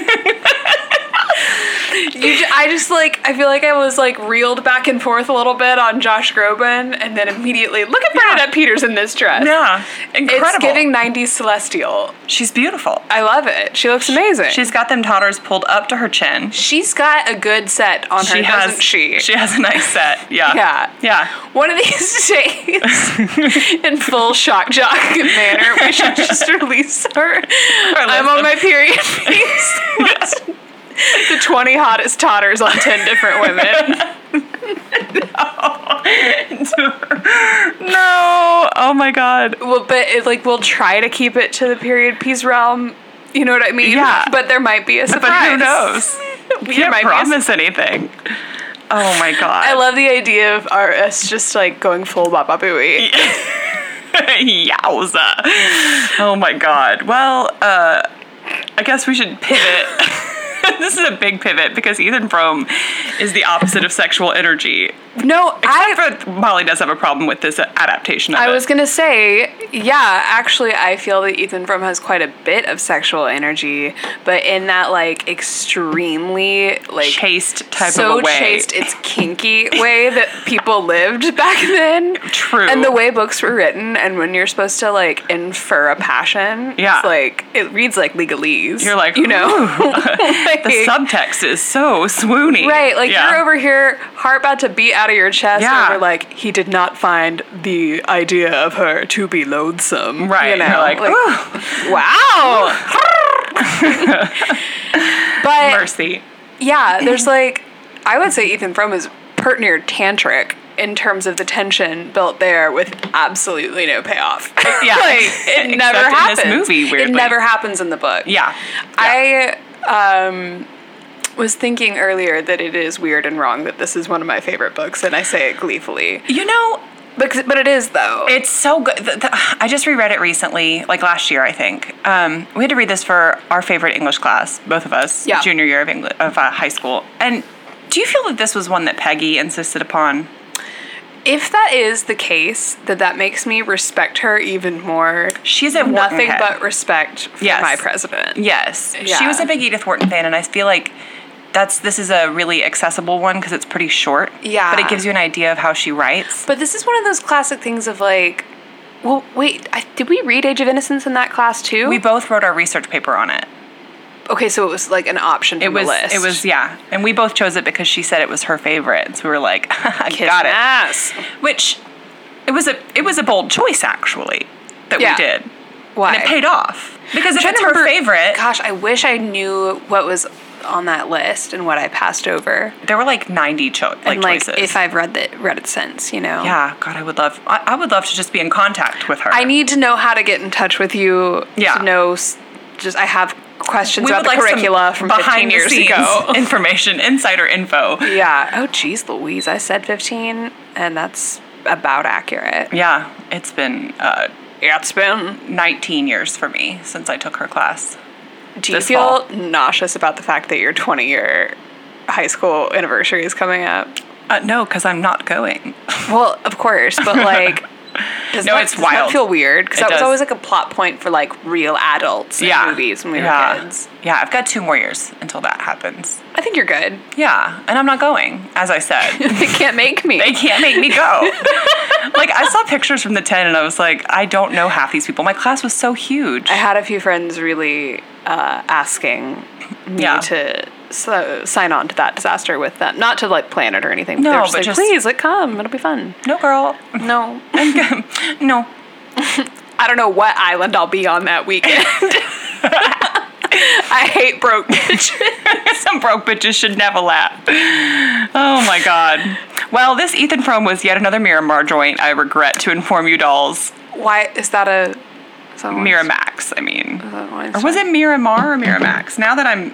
S2: ju- I just like I feel like I was like reeled back and forth a little bit on Josh Groban, and then immediately look at Bernadette Peters in this dress.
S1: yeah, incredible.
S2: It's giving '90s celestial.
S1: She's beautiful.
S2: I love it. She looks amazing.
S1: She's got them totters pulled up to her chin.
S2: she's got a good set on her,
S1: She
S2: doesn't
S1: has
S2: she?
S1: She has a nice
S2: *laughs*
S1: set. Yeah.
S2: Yeah.
S1: Yeah.
S2: One of
S1: *laughs*
S2: these *laughs* days, in full shock jock *laughs* manner, we should just release her. I'm
S1: list
S2: on my period piece.
S1: *laughs*
S2: list. the 20 hottest totters on 10
S1: *laughs*
S2: different women.
S1: no. Oh my god.
S2: well, but it, like we'll try to keep it to the period piece realm. You know what I mean?
S1: Yeah.
S2: But there might be a surprise.
S1: But who knows? We
S2: *laughs* There
S1: can't
S2: might be a-
S1: promise anything. Oh my god.
S2: *laughs* I love the idea of our, us just like going full Baba Booey.
S1: *laughs* Yowza. Oh my god. Well, uh, I guess we should pivot. *laughs* this is a big pivot because Ethan Frome is the opposite of sexual energy.
S2: No, I
S1: Except for Molly does have a problem with this adaptation of
S2: I
S1: it.
S2: was gonna say, yeah, actually, I feel that Ethan Frome has quite a bit of sexual energy, but in that like extremely like
S1: chaste type of
S2: so
S1: a way.
S2: chaste, it's kinky way that people lived back then.
S1: True.
S2: And the way books were written, and when you're supposed to like infer a passion,
S1: Yeah.
S2: it's like it reads like legalese.
S1: You're like,
S2: you know,
S1: *laughs* the
S2: *laughs* Like-
S1: subtext is so swoony.
S2: Right, like
S1: Yeah.
S2: you're over here, heart about to beat out of your chest
S1: Yeah.
S2: over like he did not find the idea of her to be loathsome.
S1: Right,
S2: You
S1: you're
S2: know,
S1: like,
S2: *laughs* wow. but
S1: Mercy.
S2: yeah, there's like I would say Ethan Frome is pert near tantric in terms of the tension built there with absolutely no payoff.
S1: Yeah.
S2: *laughs* like it never
S1: Except
S2: happens.
S1: in this movie,
S2: It
S1: weirdly.
S2: never happens in the book.
S1: Yeah.
S2: I um, was thinking earlier that it is weird and wrong that this is one of my favorite books, and I say it gleefully.
S1: You know,
S2: Because, but it is though.
S1: It's so good. The, the, I just reread it recently, like last year, I think. Um, we had to read this for our favorite English class, both of us,
S2: Yeah.
S1: junior year of, Engli- of uh, high school. And do you feel that this was one that Peggy insisted upon?
S2: if that is the case, that that makes me respect her even more.
S1: She's a
S2: Nothing
S1: Wharton head.
S2: but respect for
S1: Yes.
S2: my president.
S1: Yes, she
S2: Yeah.
S1: was a big Edith Wharton fan, and I feel like that's this is a really accessible one because it's pretty short.
S2: Yeah.
S1: but it gives you an idea of how she writes.
S2: But this is one of those classic things of like, well, wait, I, did we read Age of Innocence in that class too?
S1: We both wrote our research paper on it.
S2: okay, so it was like an option.
S1: It
S2: From the
S1: was
S2: list.
S1: it was yeah, and we both chose it because she said it was her favorite. So we were like, *laughs* I got it.
S2: Ass.
S1: Which it was a it was a bold choice actually that
S2: Yeah.
S1: we did,
S2: Why?
S1: and it paid off because if
S2: I'm trying
S1: it's
S2: to
S1: her
S2: remember-
S1: favorite,
S2: Gosh, I wish I knew what was on that list and what I passed over.
S1: there were like ninety cho- like,
S2: and like
S1: choices.
S2: if I've read that read it since, you know.
S1: yeah, God, I would love I, I would love to just be in contact with her.
S2: I need to know how to get in touch with you.
S1: Yeah.
S2: To know, s- just I have questions about the
S1: some
S2: curricula from 15
S1: behind the
S2: years
S1: scenes
S2: *laughs* ago.
S1: information, insider info.
S2: yeah. Oh, geez, Louise, I said 15, and that's about accurate.
S1: Yeah, it's been uh,
S2: Yeah, it's been.
S1: 19 years for me since I took her class.
S2: Do you
S1: This
S2: feel
S1: fall.
S2: nauseous about the fact that your 20 year high school anniversary is coming up?
S1: Uh, no, because I'm not going.
S2: Well, of course, but
S1: *laughs*
S2: like. Does
S1: No,
S2: that,
S1: it's
S2: does that
S1: wild.
S2: feel weird because
S1: It
S2: that was
S1: does.
S2: always like a plot point for like real adults in movies when we were
S1: yeah.
S2: kids.
S1: Yeah, I've got two more years until that happens.
S2: I think you're good. *laughs*
S1: Yeah, and I'm not going, as I *laughs* said.
S2: they can't make me.
S1: they can't make me go. *laughs* like, I saw pictures from the 10 and I was like, I don't know half these people. My class was so huge.
S2: I had a few friends really uh, asking me
S1: Yeah.
S2: to so, sign on to that disaster with them. Not to like plan it or anything.
S1: No,
S2: they're just
S1: but
S2: like,
S1: just-
S2: please, like, come. It'll
S1: *laughs*
S2: be fun.
S1: No, girl.
S2: No,
S1: No. *laughs*
S2: I don't know what island I'll be on that
S1: *laughs*
S2: weekend. *laughs* I hate
S1: *laughs*
S2: broke bitches.
S1: Some broke bitches should never laugh. Oh my god. Well, this Ethan Frome was yet another Miramar joint. I regret to inform you, dolls.
S2: Why is that a is that one-
S1: Miramax, I mean.
S2: is that one-
S1: Or was it Miramar or Miramax? Now that I'm.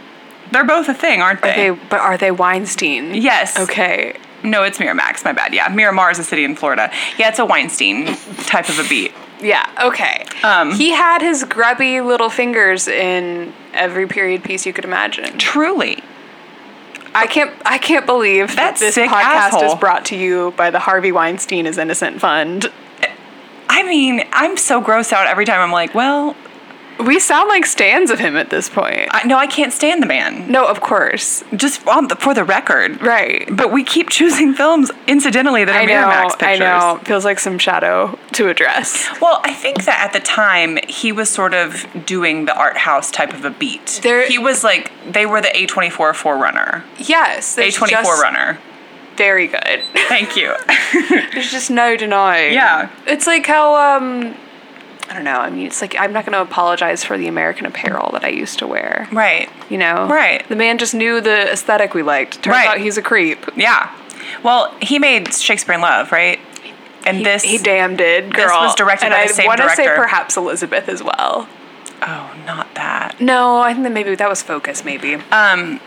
S1: They're both a thing, aren't
S2: Are
S1: Mm-hmm. they?
S2: they, but are they Weinstein?
S1: Yes.
S2: Okay.
S1: No, it's Miramax, my bad. Yeah. Miramar is a city in Florida. Yeah, it's a Weinstein type of a beat.
S2: Yeah. Okay.
S1: Um,
S2: he had his grubby little fingers in every period piece you could imagine.
S1: Truly.
S2: I can't. I can't believe
S1: That
S2: that this
S1: sick
S2: podcast
S1: asshole.
S2: is brought to you by the Harvey Weinstein is Innocent Fund.
S1: I mean, I'm so grossed out every time I'm like, well,
S2: We sound like stands of him at this point.
S1: I, no, I can't stand the man.
S2: no, of course,
S1: Just on the, for the record.
S2: right.
S1: But we keep choosing *laughs* films, incidentally, that are
S2: I know.
S1: Miramax
S2: I
S1: pictures.
S2: know. Feels like some shadow to
S1: *gasps*
S2: address.
S1: Well, I think that at the time he was sort of doing the art house type of a beat.
S2: There-
S1: he was like they were the A24 forerunner,
S2: Yes, there's
S1: A24
S2: just-
S1: runner.
S2: Very good. *laughs*
S1: Thank you. *laughs*
S2: There's just no denying.
S1: Yeah.
S2: It's like how um, I don't know. I mean, it's like I'm not going to apologize for the American Apparel that I used to wear.
S1: right.
S2: You know.
S1: Right.
S2: The man just knew the aesthetic we liked. Turns
S1: Right.
S2: out he's a creep.
S1: Yeah. Well, he made Shakespeare in Love, right? And
S2: He-
S1: this
S2: he damn did, girl.
S1: was directed
S2: and
S1: by
S2: I
S1: the same
S2: wanna say
S1: director.
S2: perhaps Elizabeth as well.
S1: Oh, not that.
S2: No, I think that maybe that was Focus. Maybe
S1: Uh,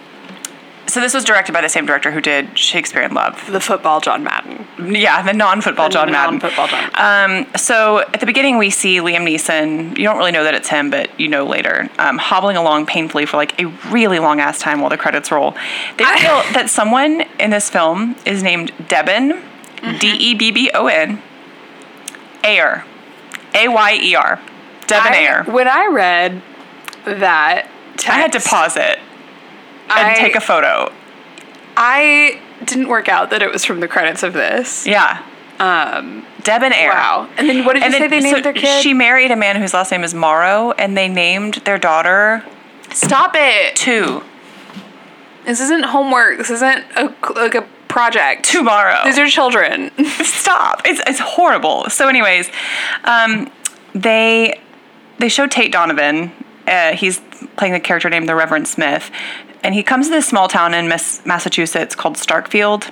S1: So this was directed by the same director who did Shakespeare in Love.
S2: the football John Madden.
S1: Yeah, the non-football John Madden.
S2: Football John. Madden.
S1: Um, so at the beginning, we see Liam Neeson. You don't really know that it's him, but you know later, um, hobbling along painfully for like a really long ass time while the credits roll. They reveal that someone in this film is named Debon, E B B O N, Ayer, A Y E R, Debon Ayer.
S2: I, when I read that, text,
S1: I had to pause it and
S2: I-
S1: take a photo.
S2: I didn't work out that it was from the credits of this.
S1: Yeah. Um, Debon Ayer.
S2: Wow. And then what did
S1: And
S2: you
S1: then,
S2: say they named
S1: so
S2: their kid?
S1: she married a man whose last name is Morrow, and they named their daughter
S2: Stop it.
S1: Two.
S2: This isn't homework. This isn't a, like a project.
S1: tomorrow.
S2: These are children. *laughs*
S1: Stop. It's, it's horrible. So, anyways, um, they they show Tate Donovan. Uh, he's playing the character named the Reverend Smith, and he comes to this small town in Mass- Massachusetts called Starkfield.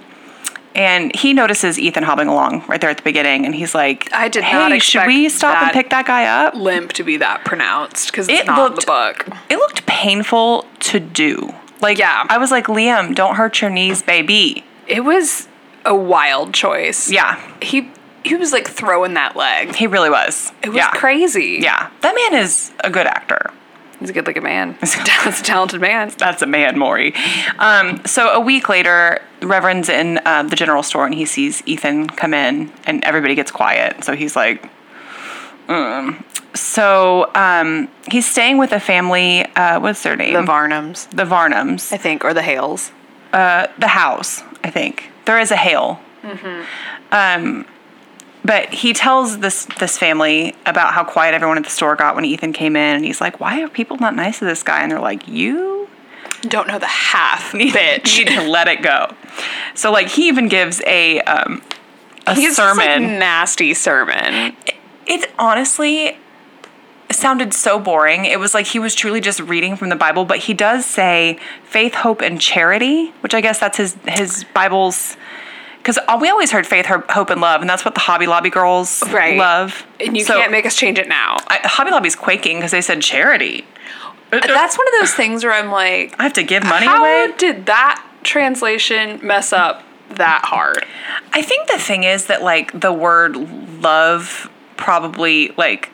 S1: And he notices Ethan hobbling along right there at the beginning, and he's like,
S2: I did
S1: hey,
S2: not
S1: should
S2: expect
S1: we stop and
S2: that.
S1: pick that guy up?"
S2: Limp to be that pronounced because it's
S1: It
S2: not in the
S1: looked-
S2: book.
S1: It looked painful to do. Like,
S2: Yeah.
S1: I was like, "Liam, don't hurt your knees, baby."
S2: It was a wild choice.
S1: Yeah,
S2: He he was like throwing that leg.
S1: he really was.
S2: It was
S1: yeah.
S2: crazy.
S1: Yeah, that man is a good actor.
S2: He's a good looking man. *laughs* He's a tal- he's a talented man.
S1: That's a man, Maury. Um, so a week later, the Reverend's in uh, the general store and he sees Ethan come in and everybody gets quiet. So he's like, mm. so um, he's staying with a family. Uh, what's their name?
S2: The Varnums,
S1: the Varnums.
S2: I think, or the Hales.
S1: the house, I think. There is a hail.
S2: Mm-hmm.
S1: Um, but he tells this this family about how quiet everyone at the store got when Ethan came in, and he's like, "Why are people not nice to this guy?" And they're like, "You
S2: Don't know the half, *laughs*
S1: need to let it go." So like he even gives a um, a
S2: He's
S1: sermon.
S2: Just, like, nasty sermon.
S1: it honestly sounded so boring. It was like he was truly just reading from the Bible, but he does say faith, hope, and charity, which I guess that's his his Bible's. Because we always heard faith, ho- hope, and love, and that's what the Hobby Lobby girls
S2: Right.
S1: love.
S2: And you
S1: So-
S2: can't make us change it now.
S1: I, Hobby Lobby's quaking because they said charity.
S2: Uh, That's one of those things where I'm like,
S1: I have to give money
S2: how
S1: away.
S2: did that translation mess up that hard?
S1: I think the thing is that like the word love probably like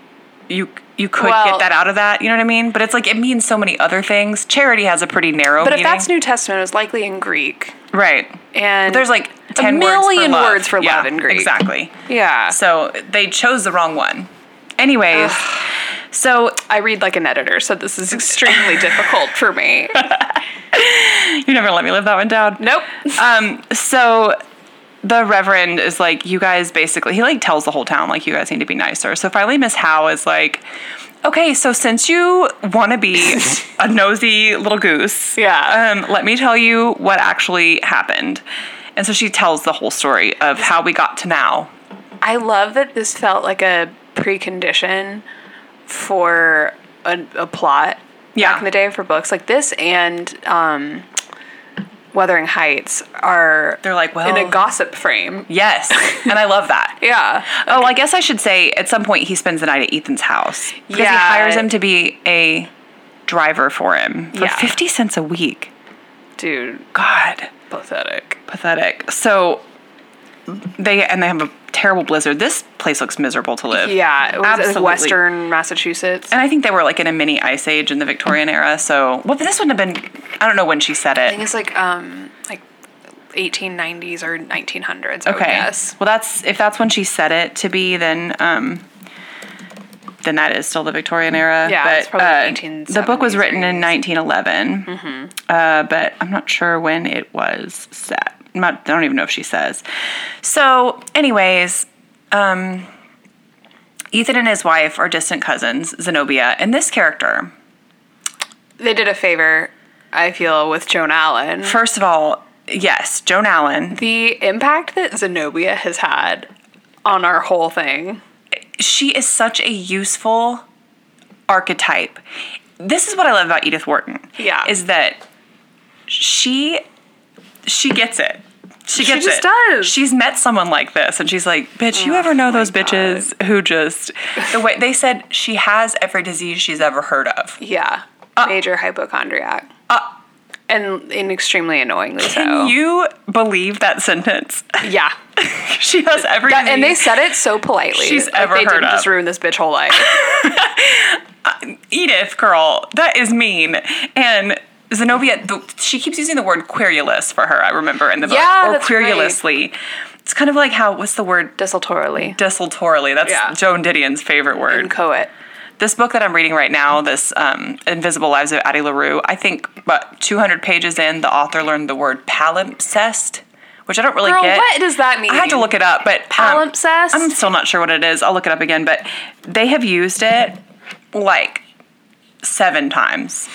S1: you you could
S2: Well-
S1: get that out of that. You know what I mean? But it's like it means so many other things. Charity has a pretty narrow.
S2: But if
S1: meaning.
S2: that's New Testament, it was likely in Greek.
S1: right?
S2: And
S1: There's like
S2: a
S1: ten words for
S2: million
S1: love,
S2: words for
S1: Yeah,
S2: love in Greek.
S1: Exactly.
S2: Yeah.
S1: So they chose the wrong one. Anyways, so
S2: I read like an editor, so this is
S1: *laughs*
S2: extremely difficult for me.
S1: you never let me live that one down.
S2: Nope.
S1: Um, so the Reverend is like, you guys basically, he like tells the whole town, like, you guys need to be nicer. So finally, Miss Howe is like, okay, so since you want to be
S2: *laughs*
S1: a nosy little goose,
S2: Yeah.
S1: um, let me tell you what actually happened. And so she tells the whole story of how we got to now.
S2: I love that this felt like a precondition for a, a plot
S1: Yeah.
S2: back in the day for books like this and um, Wuthering Heights are
S1: They're like, oh. well,
S2: in a gossip frame.
S1: yes. And I love that.
S2: *laughs* Yeah.
S1: Oh, I guess I should say at some point he spends the night at Ethan's house because he
S2: Yeah.
S1: hires him to be a driver for him for
S2: Yeah.
S1: 50 cents a week.
S2: Dude,
S1: God,
S2: pathetic.
S1: pathetic. So they and they have a terrible blizzard. This place looks miserable to live.
S2: Yeah, it
S1: Absolutely.
S2: was Absolutely. Western Massachusetts.
S1: And I think they were like in a mini ice age in the Victorian era. So, well, but this wouldn't have been. I don't know when she said
S2: I think
S1: it.
S2: it's like um like 1890s or 1900s.
S1: Okay.
S2: Yes.
S1: Well, that's if that's when she said it to be, then um, then that is still the Victorian era.
S2: Yeah,
S1: but,
S2: it's probably
S1: uh,
S2: 1870s
S1: The book was written in
S2: or Mm-hmm.
S1: 1911, uh, but I'm not sure when it was set. I'm not, I don't even know if she says. So, anyways, um, Ethan and his wife are distant cousins, Zenobia, and this character.
S2: They did a favor, I feel, with Joan Allen.
S1: First of all, yes, Joan Allen.
S2: The impact that Zenobia has had on our whole thing.
S1: She is such a useful archetype. This is what I love about Edith Wharton.
S2: Yeah.
S1: Is that she she gets it. She gets
S2: just
S1: it.
S2: does. Oh
S1: She's met someone like this and she's like, "Bitch, you ever know those bitches who just *laughs* the way they said she has every disease she's ever heard of."
S2: Yeah.
S1: Uh,
S2: Major hypochondriac. and, and extremely annoyingly so.
S1: Can you believe that sentence?
S2: *laughs*
S1: *laughs*
S2: yeah.
S1: she has every disease.
S2: And they said it so politely.
S1: She's
S2: like,
S1: ever
S2: they
S1: heard
S2: didn't
S1: of.
S2: just ruin this bitch whole life.
S1: Edith, girl, that is mean. And Zenobia, the, she keeps using the word querulously for her, I remember in the book.
S2: Yeah,
S1: or
S2: that's right.
S1: querulously. It's kind of like how, what's the word?
S2: Desultorily.
S1: Desultorily. That's
S2: Yeah.
S1: Joan Didion's favorite word.
S2: Coet.
S1: This book that I'm reading right now, this um, Invisible Lives of Addie LaRue, I think about 200 pages in, the author learned the word palimpsest, which I don't really
S2: Girl,
S1: get.
S2: what does that mean?
S1: I had to look it up, but um,
S2: Palimpsest?
S1: I'm still not sure what it is. I'll look it up again, but they have used it like seven times,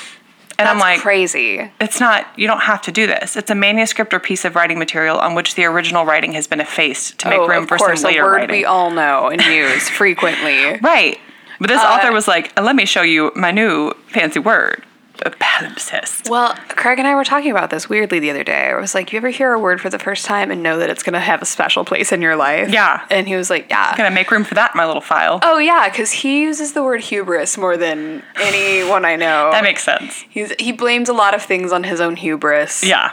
S1: and I'm
S2: That's
S1: like,
S2: crazy.
S1: it's not. You don't have to do this. It's a manuscript or piece of writing material on which the original writing has been effaced to make
S2: Oh,
S1: room
S2: of
S1: for
S2: course,
S1: some
S2: a
S1: later
S2: word
S1: writing.
S2: we all know and *laughs* use frequently.
S1: right. But
S2: Uh,
S1: this author was like, "Uh, let me show you my new fancy word, a palimpsest.
S2: Well, Craig and I were talking about this weirdly the other day. I was like, "You ever hear a word for the first time and know that it's going to have a special place in your life?"
S1: Yeah.
S2: And he was like, "Yeah."
S1: Gonna make room for that in my little file.
S2: Oh yeah, because he uses the word hubris more than anyone I know.
S1: That makes sense.
S2: He's, he blames a Um, lot of things on his own hubris.
S1: Yeah.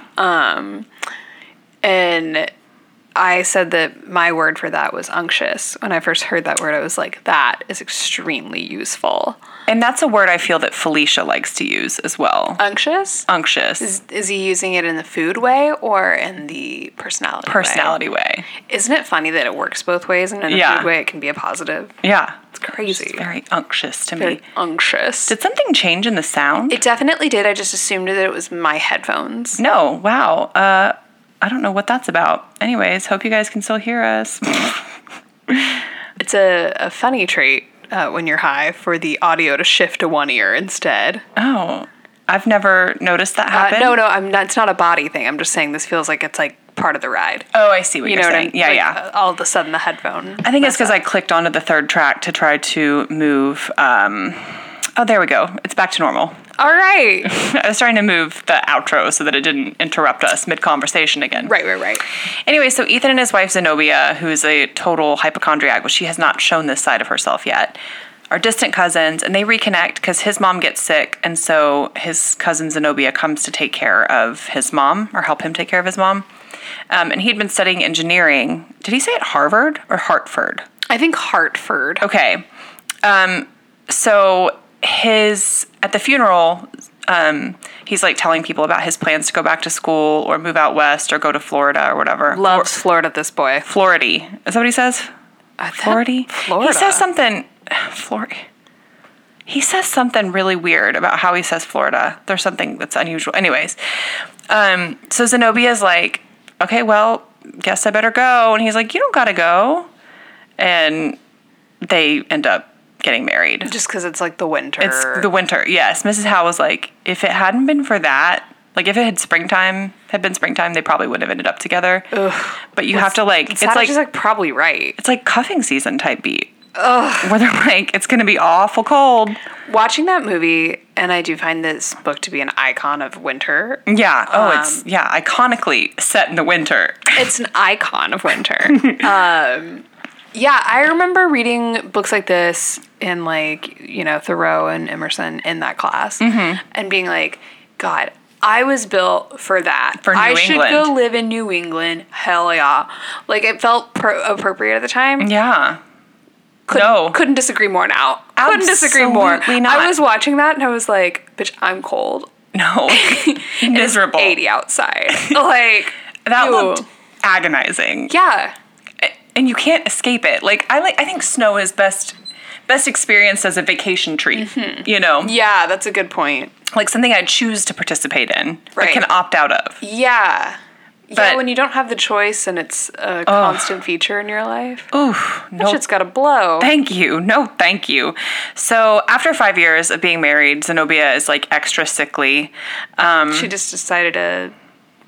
S2: and I said that my word for that was unctuous. When I first heard that word, I was like, that is extremely useful.
S1: And that's a word I feel that Felicia likes to use as well.
S2: Uh, Unctuous?
S1: Unctuous.
S2: Is, is he using it in the food way or in the personality way?
S1: Personality way.
S2: Isn't it funny that it works both ways and in a
S1: Yeah.
S2: food way it can be a positive?
S1: Yeah. It's
S2: Crazy.
S1: very unctuous to me.
S2: Very unctuous.
S1: Did something change in the sound?
S2: it definitely did. I just assumed that it was my headphones.
S1: no. Wow. Uh, I don't know what that's about. Anyways, hope you guys can still hear us.
S2: It's a, a funny trait uh, when you're high for the audio to shift to one ear instead.
S1: oh, I've never noticed that
S2: Uh,
S1: happen.
S2: no, no, I'm not, it's not a body thing. I'm just saying this feels like it's like part of the ride.
S1: Oh, I see what
S2: You
S1: you are
S2: know what I
S1: saying.
S2: mean?
S1: yeah,
S2: Like,
S1: yeah.
S2: uh, all of a sudden, the headphone.
S1: I think it's because I clicked onto the third track to try to move. Um, oh, there we go. It's back to normal. *laughs*
S2: All right.
S1: I was trying to move the outro so that it didn't interrupt us mid conversation again.
S2: right, right, right.
S1: Anyway, so Ethan and his wife Zenobia, who is a total hypochondriac, but she has not shown this side of herself yet, are distant cousins and they reconnect because his mom gets sick. And so his cousin Zenobia comes to take care of his mom or help him take care of his mom. Um, and he'd been studying engineering. Did he say at Harvard or Hartford?
S2: I think Hartford.
S1: Okay. Um, so his at the funeral, um, he's like telling people about his plans to go back to school or move out west or go to Florida or whatever.
S2: Loves Florida, this boy.
S1: Flority. Is that what he says?
S2: I thought-
S1: Flority?
S2: Florida.
S1: He says something Florida. He says something really weird about how he says Florida. There's something that's unusual. Anyways. Um, so Zenobia's like, okay, well, guess I better go. And he's like, you don't gotta go. And they end up getting married.
S2: Just because it's like the winter.
S1: It's the winter. Yes. Mrs. Howe was like, if it hadn't been for that, like if it had springtime, had been springtime, they probably would have ended up together. Ugh. But you have to like, it's
S2: Saturday's
S1: like,
S2: like, probably right.
S1: it's like cuffing season type beat. Ugh. Where they're like, it's gonna be awful cold.
S2: Watching that movie, and I do find this book to be an icon of
S1: *laughs*
S2: winter.
S1: Yeah. Oh,
S2: Um,
S1: it's yeah, iconically set in the winter.
S2: It's an icon of winter. um, yeah, I remember reading books like this in like, you know, Thoreau and Emerson in that class
S1: Mm-hmm.
S2: and being like, God, I was built for that.
S1: For New
S2: I should go
S1: England."
S2: live in New England. Hell yeah. Like, it felt pro- appropriate at the time.
S1: Yeah.
S2: couldn't,
S1: No.
S2: couldn't disagree more now. couldn't disagree more.
S1: Absolutely not.
S2: I was watching that and I was like, bitch, I'm cold.
S1: *laughs*
S2: *laughs*
S1: No.
S2: It is
S1: Miserable.
S2: 80 outside. *laughs* like
S1: That
S2: ew.
S1: looked agonizing.
S2: Yeah.
S1: and you can't escape it. Like I like I think snow is best best experienced as a vacation treat. You know,
S2: Mm-hmm. Yeah, that's a good point.
S1: like something I choose to participate in,
S2: Right.
S1: but can opt out of.
S2: Yeah. yeah,
S1: But-
S2: when you don't have the choice and it's a constant feature in your life,
S1: Oof,
S2: that
S1: no.
S2: shit's gotta blow.
S1: Thank you. No, thank you. So, after five years of being married, Zenobia is like extra sickly.
S2: she just decided to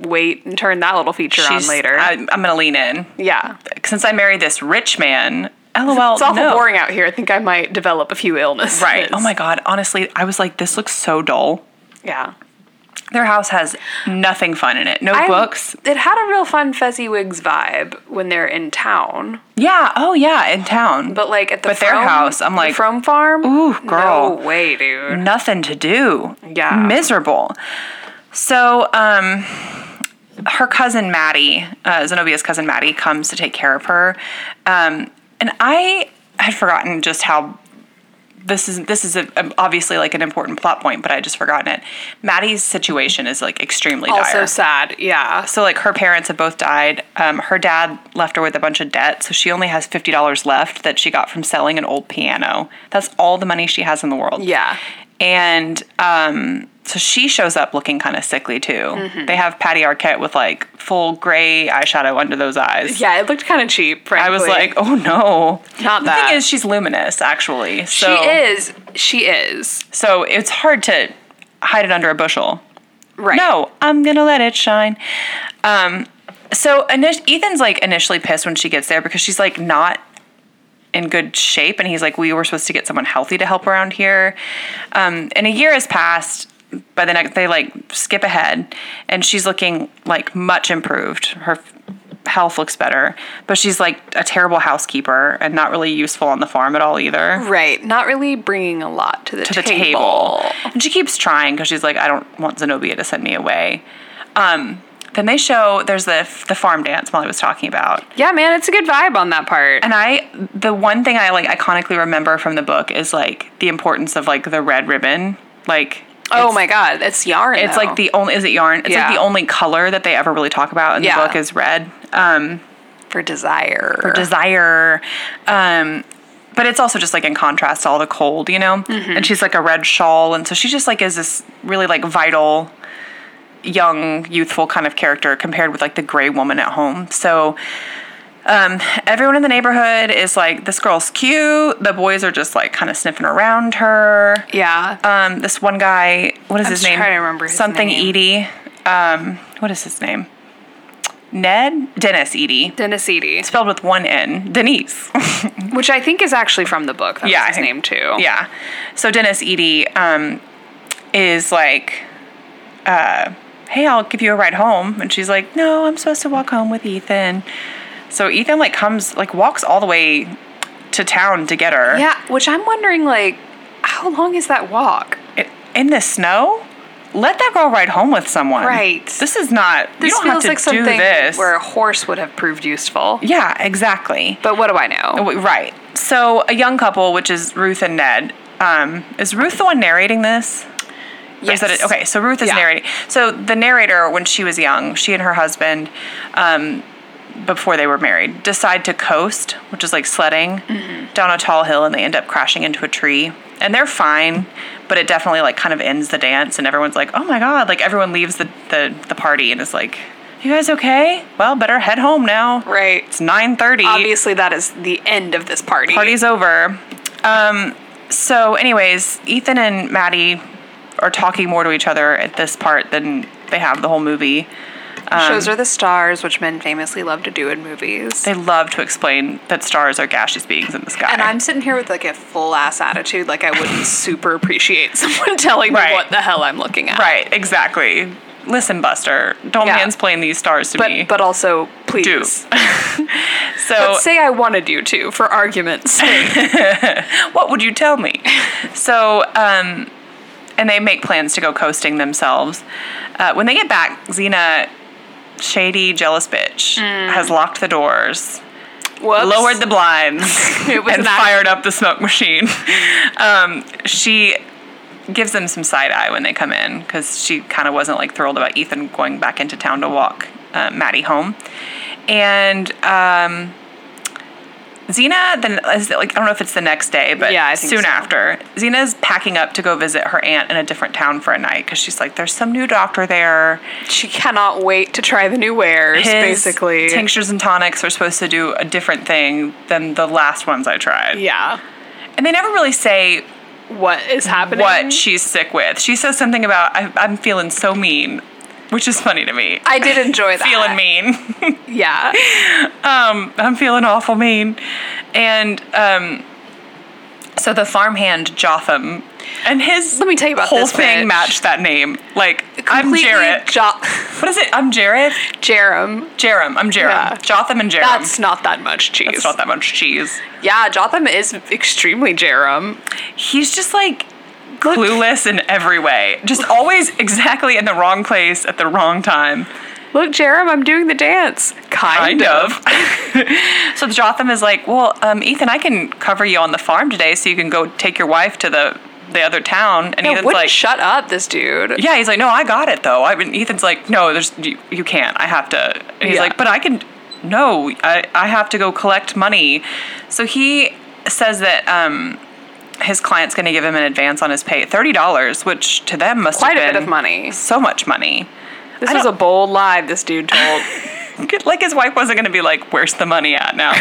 S2: wait and turn that little feature on later.
S1: I, I'm going to lean in.
S2: yeah.
S1: Since I married this rich man, lol.
S2: It's awful
S1: no.
S2: boring out here. I think I might develop a few illnesses.
S1: Right. Oh my God. Honestly, I was like, this looks so dull.
S2: Yeah.
S1: Their house has nothing fun in it. No
S2: I-
S1: books.
S2: It had a real fun Fezziwigs vibe when they're in town,
S1: Yeah. Oh, yeah. In town.
S2: but like at the
S1: But their
S2: Frome-
S1: house, I'm
S2: the
S1: like,
S2: Frome Farm.
S1: ooh, girl.
S2: no way, dude.
S1: nothing to do.
S2: Yeah.
S1: Miserable. So, um, her cousin Maddie, uh, Zenobia's cousin Maddie, comes to take care of her. Um, and I had forgotten just how this is this is a, a- obviously like an important plot point, but I just forgotten it. Maddie's situation is like extremely
S2: Also
S1: dire.
S2: sad. Yeah.
S1: So like her parents have both died. Um, her dad left her with a bunch of debt, so she only has fifty dollars left that she got from selling an old piano. That's all the money she has in the world.
S2: Yeah.
S1: And um, so she shows up looking kind of sickly too.
S2: Mm-hmm.
S1: They have Patty Arquette with like full gray eyeshadow under those eyes.
S2: Yeah, it looked kind of cheap. Frankly.
S1: I was like, oh no.
S2: Not
S1: the
S2: that.
S1: thing is, she's luminous actually. So,
S2: she is. She is.
S1: So it's hard to hide it under a bushel.
S2: Right.
S1: No, I'm gonna let it shine. Um, so init- Ethan's like initially pissed when she gets there because she's like not in good shape, and he's like, "We were supposed to get someone healthy to help around here." Um, and a year has passed. By the next, they like skip ahead, and she's looking like much improved. Her f- health looks better, but she's like a terrible housekeeper and not really useful on the farm at all either
S2: Right. Not really bringing a lot to the
S1: to the table. And she keeps trying because she's like, I don't want Zenobia to send me away. Um, Then they show there's the the farm dance Molly was talking about,
S2: Yeah, man, it's a good vibe on that part.
S1: and I the one thing I like iconically remember from the book is like the importance of like the red ribbon, like
S2: oh my god, it's yarn.
S1: It's
S2: though.
S1: like the only is it yarn? It's
S2: Oh. Yeah.
S1: like the only color that they ever really talk about in
S2: Yeah.
S1: the book is red. Um,
S2: for desire. For
S1: desire, um, but it's also just like in contrast to all the cold, you know.
S2: Mm-hmm.
S1: And she's like a red shawl, and so she just like is this really like vital, young, youthful kind of character compared with like the gray woman at home. So. Um, everyone in the neighborhood is like, this girl's cute. The boys are just like kind of sniffing around her
S2: yeah.
S1: um, this one guy. What is his
S2: just
S1: name?
S2: trying to remember his
S1: Something
S2: name.
S1: Edie. Um, what is his name? Ned Dennis Edie,
S2: Dennis Eady,
S1: spelled with one N. Denise. *laughs*
S2: Oh. which I think is actually from the book. That
S1: Yeah, I
S2: was his
S1: think-
S2: name too.
S1: yeah. So Dennis Edie um, is like, uh, "Hey, I'll give you a ride home," and she's like, "No, I'm supposed to walk home with Ethan." So Ethan like comes like walks all the way to town to get *laughs* her.
S2: Yeah, which I'm wondering, like, how long is that walk?
S1: I- in the snow. Let that girl ride home with someone.
S2: Right.
S1: This is not.
S2: This
S1: you don't
S2: feels
S1: have to
S2: like
S1: do
S2: something
S1: this.
S2: where a horse would have proved useful.
S1: Yeah, exactly.
S2: But what do I know?
S1: W- Right. So a young couple, which is Ruth and Ned. Um, is Ruth the one narrating this? Or is that it?
S2: Yes.
S1: Okay, so Ruth is
S2: Yeah.
S1: narrating. So the narrator, when she was young, she and her husband, um, before they were married, decide to coast, which is like sledding,
S2: Mm-hmm.
S1: down a tall hill, and they end up crashing into a tree. And they're fine, but it definitely like kind of ends the dance, and everyone's like, "Oh my god!" Like everyone leaves the the, the party and is like, "You guys okay? Well, better head home now."
S2: Right.
S1: It's nine thirty
S2: Obviously, that is the end of this party.
S1: party's over. Um, so, anyways, Ethan and Maddie are talking more to each other at this part than they have the whole movie. um,
S2: Shows are the stars, which men famously love to do in movies.
S1: They love to explain that stars are gaseous beings in the sky.
S2: And I'm sitting here with like a full ass attitude, like I
S1: *laughs*
S2: wouldn't super appreciate someone *laughs* telling me
S1: Right.
S2: what the hell I'm looking at.
S1: right, exactly. Listen, Buster, don't
S2: Yeah.
S1: mansplain these stars to me.
S2: But but also please *laughs*
S1: do. *laughs* so,
S2: But say I wanted you to for
S1: *laughs*
S2: argument's sake.
S1: what would you tell me? so, um, and they make plans to go coasting themselves. Uh, when they get back, Xena, shady, jealous bitch,
S2: Mm.
S1: has locked the doors,
S2: Whoops.
S1: lowered the blinds,
S2: *laughs* It was
S1: and
S2: an act-
S1: fired up the smoke machine. um, she gives them some side eye when they come in because she kind of wasn't like thrilled about Ethan going back into town to walk uh, Maddie home. And um, Xena, then is it, like I don't know if it's the next day, but
S2: Yeah, I think
S1: soon
S2: so.
S1: after, Xena's packing up to go visit her aunt in a different town for a night because she's like, "There's some new doctor there."
S2: She cannot wait to try the new wares,
S1: His
S2: basically.
S1: tinctures and tonics are supposed to do a different thing than the last ones I tried.
S2: yeah.
S1: And they never really say
S2: What is happening?
S1: what she's sick with. She says something about I, I'm feeling so mean, which is funny to me.
S2: I did enjoy that.
S1: feeling mean. *laughs*
S2: Yeah.
S1: I'm feeling awful mean. And um, so the farmhand Jotham and his
S2: Let me tell you about
S1: whole
S2: this
S1: thing
S2: bitch.
S1: matched that name. Like I'm
S2: Completely
S1: Jarrett.
S2: Jo-
S1: what is it? I'm Jarrett.
S2: Jerem.
S1: Jerem. I'm Jerem.
S2: Yeah.
S1: Jotham and Jerem.
S2: That's not that much cheese.
S1: it's not that much cheese.
S2: Yeah, Jotham is extremely Jerem.
S1: He's just like clueless in every way. Just always *laughs* exactly in the wrong place at the wrong time.
S2: Look, Jerem, I'm doing the dance. Kind,
S1: kind of. *laughs* so Jotham is like, well, um, Ethan, I can cover you on the farm today, so you can go take your wife to the the other town. And
S2: Yeah,
S1: Ethan's
S2: wouldn't
S1: like,
S2: shut up, this dude.
S1: yeah, he's like, no, I got it though. I mean, Ethan's like, no, there's you, you can't. I have to. And he's
S2: Yeah.
S1: like, but I can. No, I I have to go collect money. So he says that. Um, his client's going to give him an advance on his pay, thirty dollars, which to them must
S2: Quite a
S1: have
S2: bit
S1: been
S2: of money.
S1: So much money.
S2: This
S1: I
S2: was a
S1: don't-
S2: bold lie this
S1: *laughs*
S2: dude told.
S1: Like his wife wasn't going to be like, "Where's the money at now?"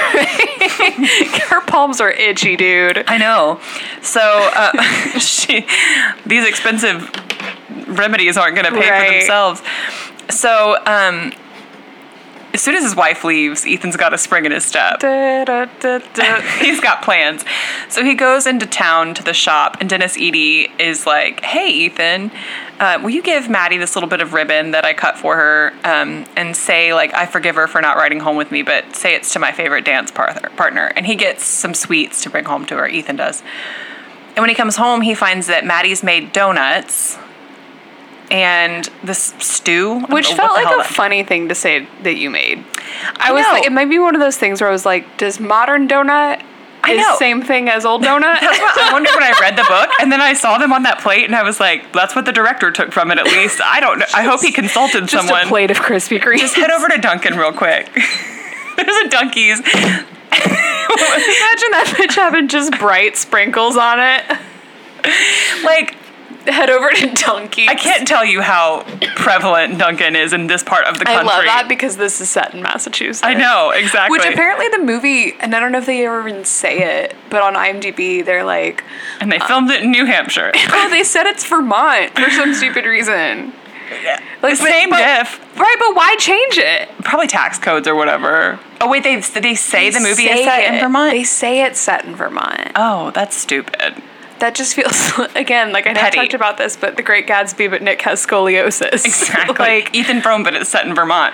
S2: Her palms are itchy, dude.
S1: *laughs* I know. So uh, *laughs* she, these expensive remedies aren't going to pay
S2: Right.
S1: for themselves. So um, as soon as his wife leaves, Ethan's got a spring in his step.
S2: Da, da, da, da.
S1: He's got plans. So he goes into town to the shop, and Dennis Edie is like, Hey, Ethan, uh, will you give Maddie this little bit of ribbon that I cut for her um, and say, like, I forgive her for not riding home with me, but say it's to my favorite dance par- partner? And he gets some sweets to bring home to her, Ethan does. And when he comes home, he finds that Maddie's made donuts and this stew, I don't
S2: Which
S1: know what
S2: felt
S1: the
S2: like
S1: hell
S2: a
S1: that-
S2: funny thing to say that you made. I, was
S1: know.
S2: like, it might be one of those things where I was like, does modern donut
S1: I
S2: is
S1: know.
S2: same thing as old
S1: *laughs*
S2: donut?
S1: That's what I wondered when I read the book, and then I saw them on that plate, and I was like, "That's what the director took from it, at least." I don't know. I hope he consulted
S2: Just
S1: someone.
S2: a plate of Krispy Kreme.
S1: Just *laughs* head over to Dunkin' real quick. *laughs* There's a Dunkies.
S2: *laughs* Imagine that bitch having just bright sprinkles on it.
S1: Like
S2: Head over to Donkey.
S1: I can't tell you how prevalent Dunkin' is in this part of the
S2: I
S1: country.
S2: love that because this is set in Massachusetts.
S1: I know exactly.
S2: Which apparently the movie, and I don't know if they ever even say it, but on IMDb they're like,
S1: and they filmed it in New *laughs* Hampshire.
S2: oh, they said it's Vermont
S1: *laughs*
S2: for some stupid reason.
S1: Like
S2: but-
S1: same
S2: but-
S1: diff,
S2: Right, but why change it?
S1: probably tax codes or whatever. Oh wait, they they say the movie is
S2: say
S1: set in
S2: it.
S1: Vermont.
S2: They say it's set in Vermont.
S1: oh, that's stupid.
S2: That just feels *laughs* again like I know I
S1: Petty.
S2: talked about this, but The Great Gatsby, but Nick has
S1: *laughs*
S2: scoliosis. *laughs*
S1: Exactly.
S2: like
S1: Ethan Frome, but it's set in Vermont.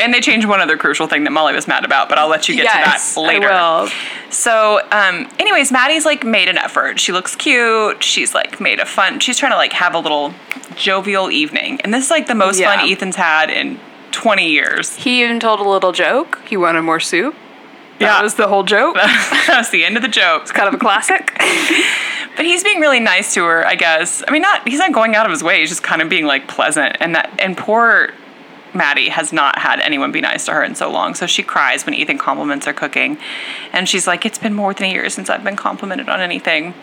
S1: And they changed one other crucial thing that Molly was mad about, but I'll let you get
S2: yes,
S1: to that later.
S2: I will.
S1: So, um, anyways, Maddie's like made an effort. She looks cute. She's like made a fun. She's trying to like have a little jovial evening, and this is like the most
S2: Yeah.
S1: fun Ethan's had in twenty years.
S2: He even told a little joke. He wanted more soup. That
S1: Yeah.
S2: was the whole
S1: *laughs*
S2: joke.
S1: that was the end of the joke.
S2: kind of
S1: *laughs*
S2: a classic.
S1: But he's being really nice to her, I guess. I mean, not he's not going out of his way. He's just kind of being like pleasant, and that and poor Maddie has not had anyone be nice to her in so long. So she cries when Ethan compliments her cooking, and she's like, "It's been more than a year since I've been complimented on anything."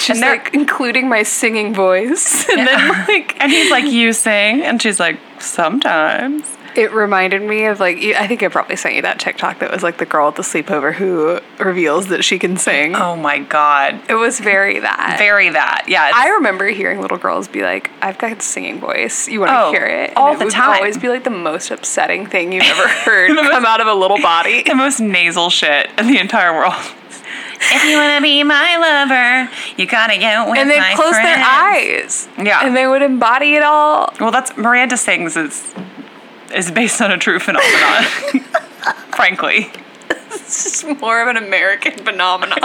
S2: She's
S1: And they're-
S2: like including my singing voice, *laughs* and then like
S1: And he's like, "You sing," and she's like, "Sometimes."
S2: it reminded me of like you- I think I probably sent you that TikTok that was like the girl at the sleepover who reveals that she can sing.
S1: Oh my god,
S2: It was very that.
S1: bury that. Yeah, it's-
S2: I remember hearing little girls be like, "I've got a singing voice. You want to
S1: Oh,
S2: hear it?" And
S1: all
S2: it
S1: the
S2: would
S1: time.
S2: Always be like the most upsetting thing you've *laughs* ever heard
S1: The
S2: come out of a little *laughs* body.
S1: the most nasal shit in the entire world. If you wanna be my lover, you gotta get with
S2: And they'd
S1: my
S2: close their
S1: friends.
S2: eyes.
S1: Yeah.
S2: And they would embody it all.
S1: Well, that's Miranda sings is is based on a true phenomenon. *laughs* Frankly,
S2: It's just more of an American phenomenon.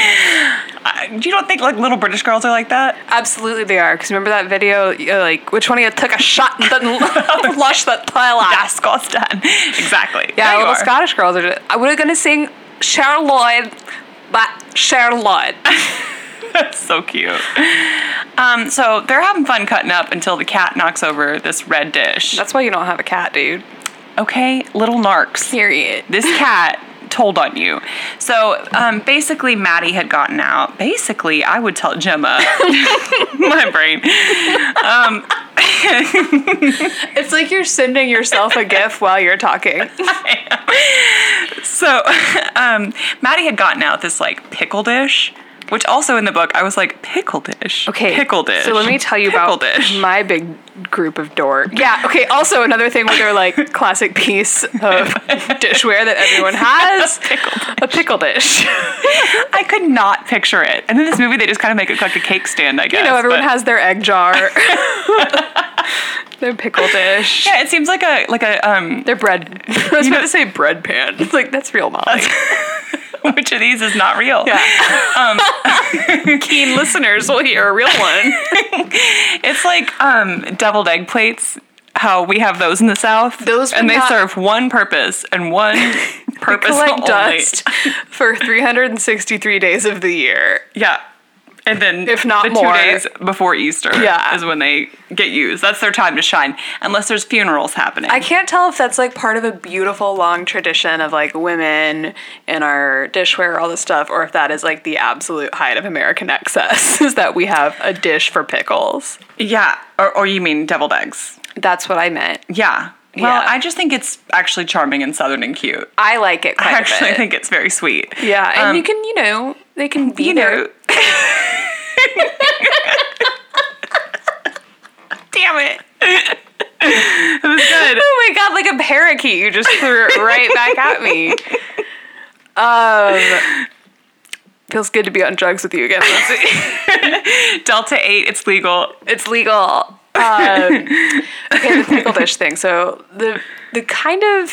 S1: I, you don't think like little British girls are like that?
S2: *laughs*
S1: *laughs*
S2: Absolutely, they are. Because remember that video, uh, like which one of you took a shot and *laughs* didn't flush that pile out?
S1: That's Scotland. Exactly.
S2: Yeah,
S1: There you
S2: little
S1: are.
S2: Scottish girls are. Just, I would have gonna sing Charlotte, but *laughs* Charlotte.
S1: That's *laughs* so cute. Um, so they're having fun cutting up until the cat knocks over this red dish.
S2: That's why you don't have a cat, dude.
S1: Okay, little narcs.
S2: Period.
S1: This cat told on you. So um, basically, Maddie had gotten out. Basically, I would tell Gemma, *laughs* my brain.
S2: It's like you're sending yourself a *laughs* gif while you're talking.
S1: So, *laughs* um, Maddie had gotten out this like pickle dish, which also in the book I was like pickle dish.
S2: Okay.
S1: pickle dish.
S2: So let me tell you
S1: pickle
S2: about
S1: dish.
S2: my big group of dork. Yeah. Okay. Also, another thing where they're like classic piece of *laughs* dishware that everyone has a pickle dish. Mhm.
S1: I could not picture it. And in this movie, they just kind of make it like a cake stand. I guess.
S2: You know, everyone
S1: but-
S2: has their egg *laughs* jar, their pickle dish,
S1: Yeah, it seems like a like a um. *laughs*
S2: their bread. I was
S1: You
S2: about
S1: know-
S2: to say bread pan. It's like that's real, Molly.
S1: Which of these is not real?
S2: Um, *laughs* Keen listeners will hear a real one.
S1: It's like um deviled egg plates. How we have those in the South.
S2: Those were
S1: and they
S2: not-
S1: serve one purpose and
S2: *laughs*
S1: one purpose
S2: Collect
S1: only.
S2: dust for 363 days of the year.
S1: Yeah. And then
S2: If not
S1: the
S2: more.
S1: two days before Easter
S2: Yeah.
S1: is when they get used. That's their time to shine. Unless there's funerals happening.
S2: I can't tell if that's like part of a beautiful long tradition of like women in our dishware, all this stuff, or if that is like the absolute height of American excess *laughs* is that we have a dish for pickles.
S1: yeah. Or, or you mean deviled eggs.
S2: That's what I meant.
S1: Yeah. Well,
S2: Yeah.
S1: I just think it's actually charming and southern and cute.
S2: I like it quite
S1: I actually
S2: a bit.
S1: think it's very sweet.
S2: yeah, and
S1: Um,
S2: you can, you know, they can be
S1: You
S2: there.
S1: know. *laughs* Damn it. it was good.
S2: *laughs* Oh my god, like a parakeet. You just threw it right back
S1: *laughs*
S2: at me. Um, feels good to be on drugs with you again, Lindsay.
S1: Delta 8, it's legal.
S2: It's legal.
S1: *laughs*
S2: Um, okay, the pickle dish thing. So the the kind of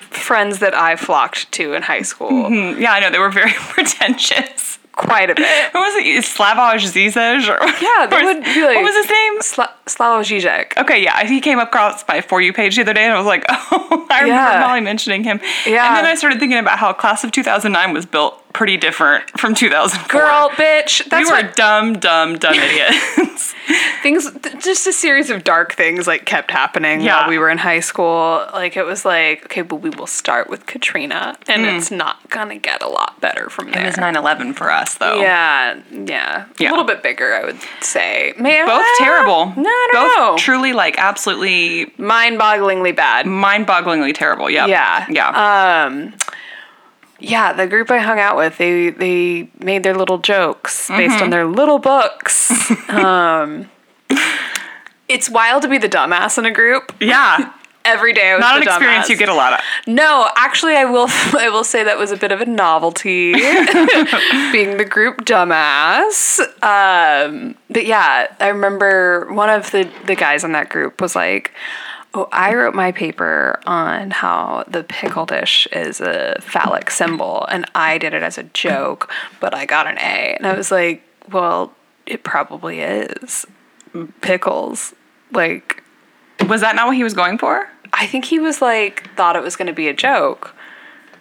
S2: friends that I flocked to in high school
S1: Mm-hmm. Yeah, I know. They were very *laughs* pretentious.
S2: quite a bit.
S1: What was it? Slavoj Zizek? Or,
S2: Yeah,
S1: *laughs*
S2: they
S1: or-
S2: would be like-
S1: What was his name?
S2: Sla- Slavoj Žižek.
S1: Okay, yeah, he came across my For You page the other day, and I was like, *laughs* oh, I
S2: Yeah.
S1: remember Molly mentioning him.
S2: Yeah.
S1: And then I started thinking about how Class of 2009 was built pretty different from 2004.
S2: Girl, bitch.
S1: we
S2: That's
S1: were
S2: what
S1: dumb, dumb,
S2: *laughs*
S1: dumb idiots.
S2: things th- just a series of dark things like kept happening
S1: Yeah.
S2: while we were in high school like it was like okay but we will start with katrina and
S1: Mm.
S2: it's not gonna get a lot better from there
S1: it was 9-11 for us, though.
S2: yeah, yeah
S1: Yeah.
S2: a little bit bigger i would say Man,
S1: Both terrible.
S2: no i don't
S1: Both
S2: know
S1: truly, like, absolutely
S2: mind-bogglingly bad
S1: mind-bogglingly terrible. Yeah.
S2: Yeah. Uh,
S1: Yeah.
S2: yeah the group i hung out with they they made their little jokes based
S1: Mm-hmm.
S2: on their little
S1: *laughs*
S2: books um it's wild to be the dumbass in a group
S1: *laughs* yeah.
S2: every day I was
S1: Not an
S2: the
S1: experience
S2: dumbass.
S1: you get a lot of.
S2: No, actually, I will. *laughs* I will say that was a bit of a novelty, *laughs* being the group dumbass. Um, but yeah, I remember one of the the guys on that group was like, "Oh, I wrote my paper on how the pickle dish is a phallic symbol, and I did it as a joke, but I got an A." And I was like, "Well, it probably is pickles, like."
S1: Was that not what he was going for?
S2: I think he was like thought it was going to be a joke,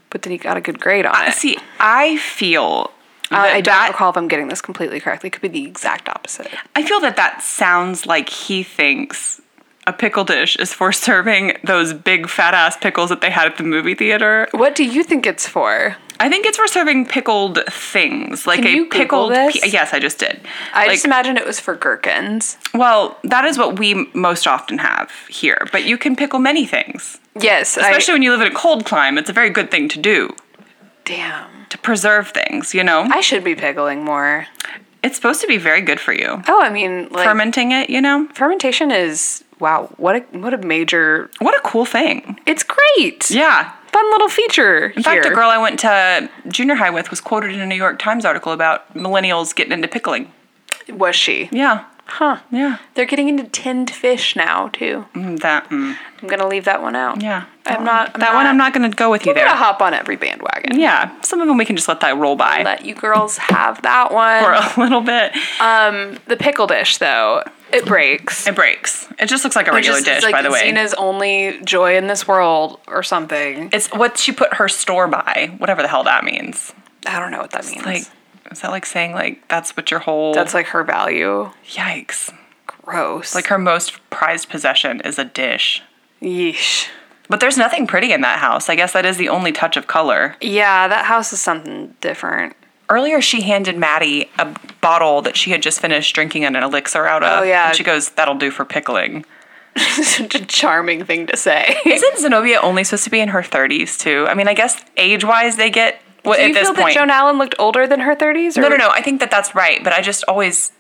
S2: but then he got a good grade on it.
S1: See, I feel
S2: I, I
S1: that
S2: don't
S1: that
S2: recall if I'm getting this completely correctly. It could be the exact opposite.
S1: I feel that that sounds like he thinks a pickle dish is for *laughs* serving those big fat ass pickles that they had at the movie theater.
S2: What do you think it's for?
S1: I think it's for serving pickled things, like
S2: Can
S1: a
S2: you Google
S1: pickled.
S2: this?
S1: pe- yes, I just did.
S2: I
S1: like,
S2: just imagine it was for gherkins.
S1: well, that is what we m- most often have here, but you can pickle many things,
S2: Yes,
S1: especially
S2: I,
S1: when you live in a cold climate. It's a very good thing to do
S2: damn.
S1: to preserve things. You know,
S2: I should be pickling more.
S1: it's supposed to be very good for you.
S2: Oh, I mean, like
S1: Fermenting it, you know,
S2: fermentation is wow. What a what a major.
S1: what a cool thing.
S2: It's great.
S1: Yeah,
S2: Fun little feature.
S1: In fact, a girl I went to junior high with was quoted in a New York Times article about millennials getting into pickling.
S2: was she?
S1: Yeah.
S2: Huh.
S1: Yeah.
S2: They're getting into tinned fish now too.
S1: Mm, That, mm,
S2: I'm gonna leave that one out.
S1: yeah.
S2: I'm not. I'm
S1: that one I'm not going to go with you
S2: I'm gonna
S1: there.
S2: hop on every bandwagon.
S1: Yeah. Some of them we can just let that roll by
S2: Let you girls have that
S1: for
S2: one.
S1: a *laughs* little bit.
S2: The pickle dish, though, it breaks.
S1: It breaks. It just looks like a regular
S2: Just-
S1: dish,
S2: it's like
S1: by the way.
S2: Xena's only joy in this world, or something.
S1: it's what she put her store by, whatever the hell that means.
S2: I don't know what that means.
S1: Like, is that like saying like that's what your whole
S2: that's like her value.
S1: yikes?
S2: Gross.
S1: Like her most prized possession is a dish.
S2: yeesh.
S1: But there's nothing pretty in that house. I guess that is the only touch of color.
S2: Yeah, that house is something different. *laughs*
S1: Earlier, she handed Maddie a bottle that she had just finished drinking an elixir out of.
S2: Oh, yeah.
S1: And she goes, That'll do for pickling.
S2: Such a charming thing to say.
S1: Isn't Zenobia only supposed to be in her 30s, too? I mean, I guess age wise, they get well,
S2: Do
S1: at
S2: you
S1: this
S2: feel
S1: point.
S2: that Joan Allen looked older than her thirties?
S1: no, no, no. I think that that's right, but I just always.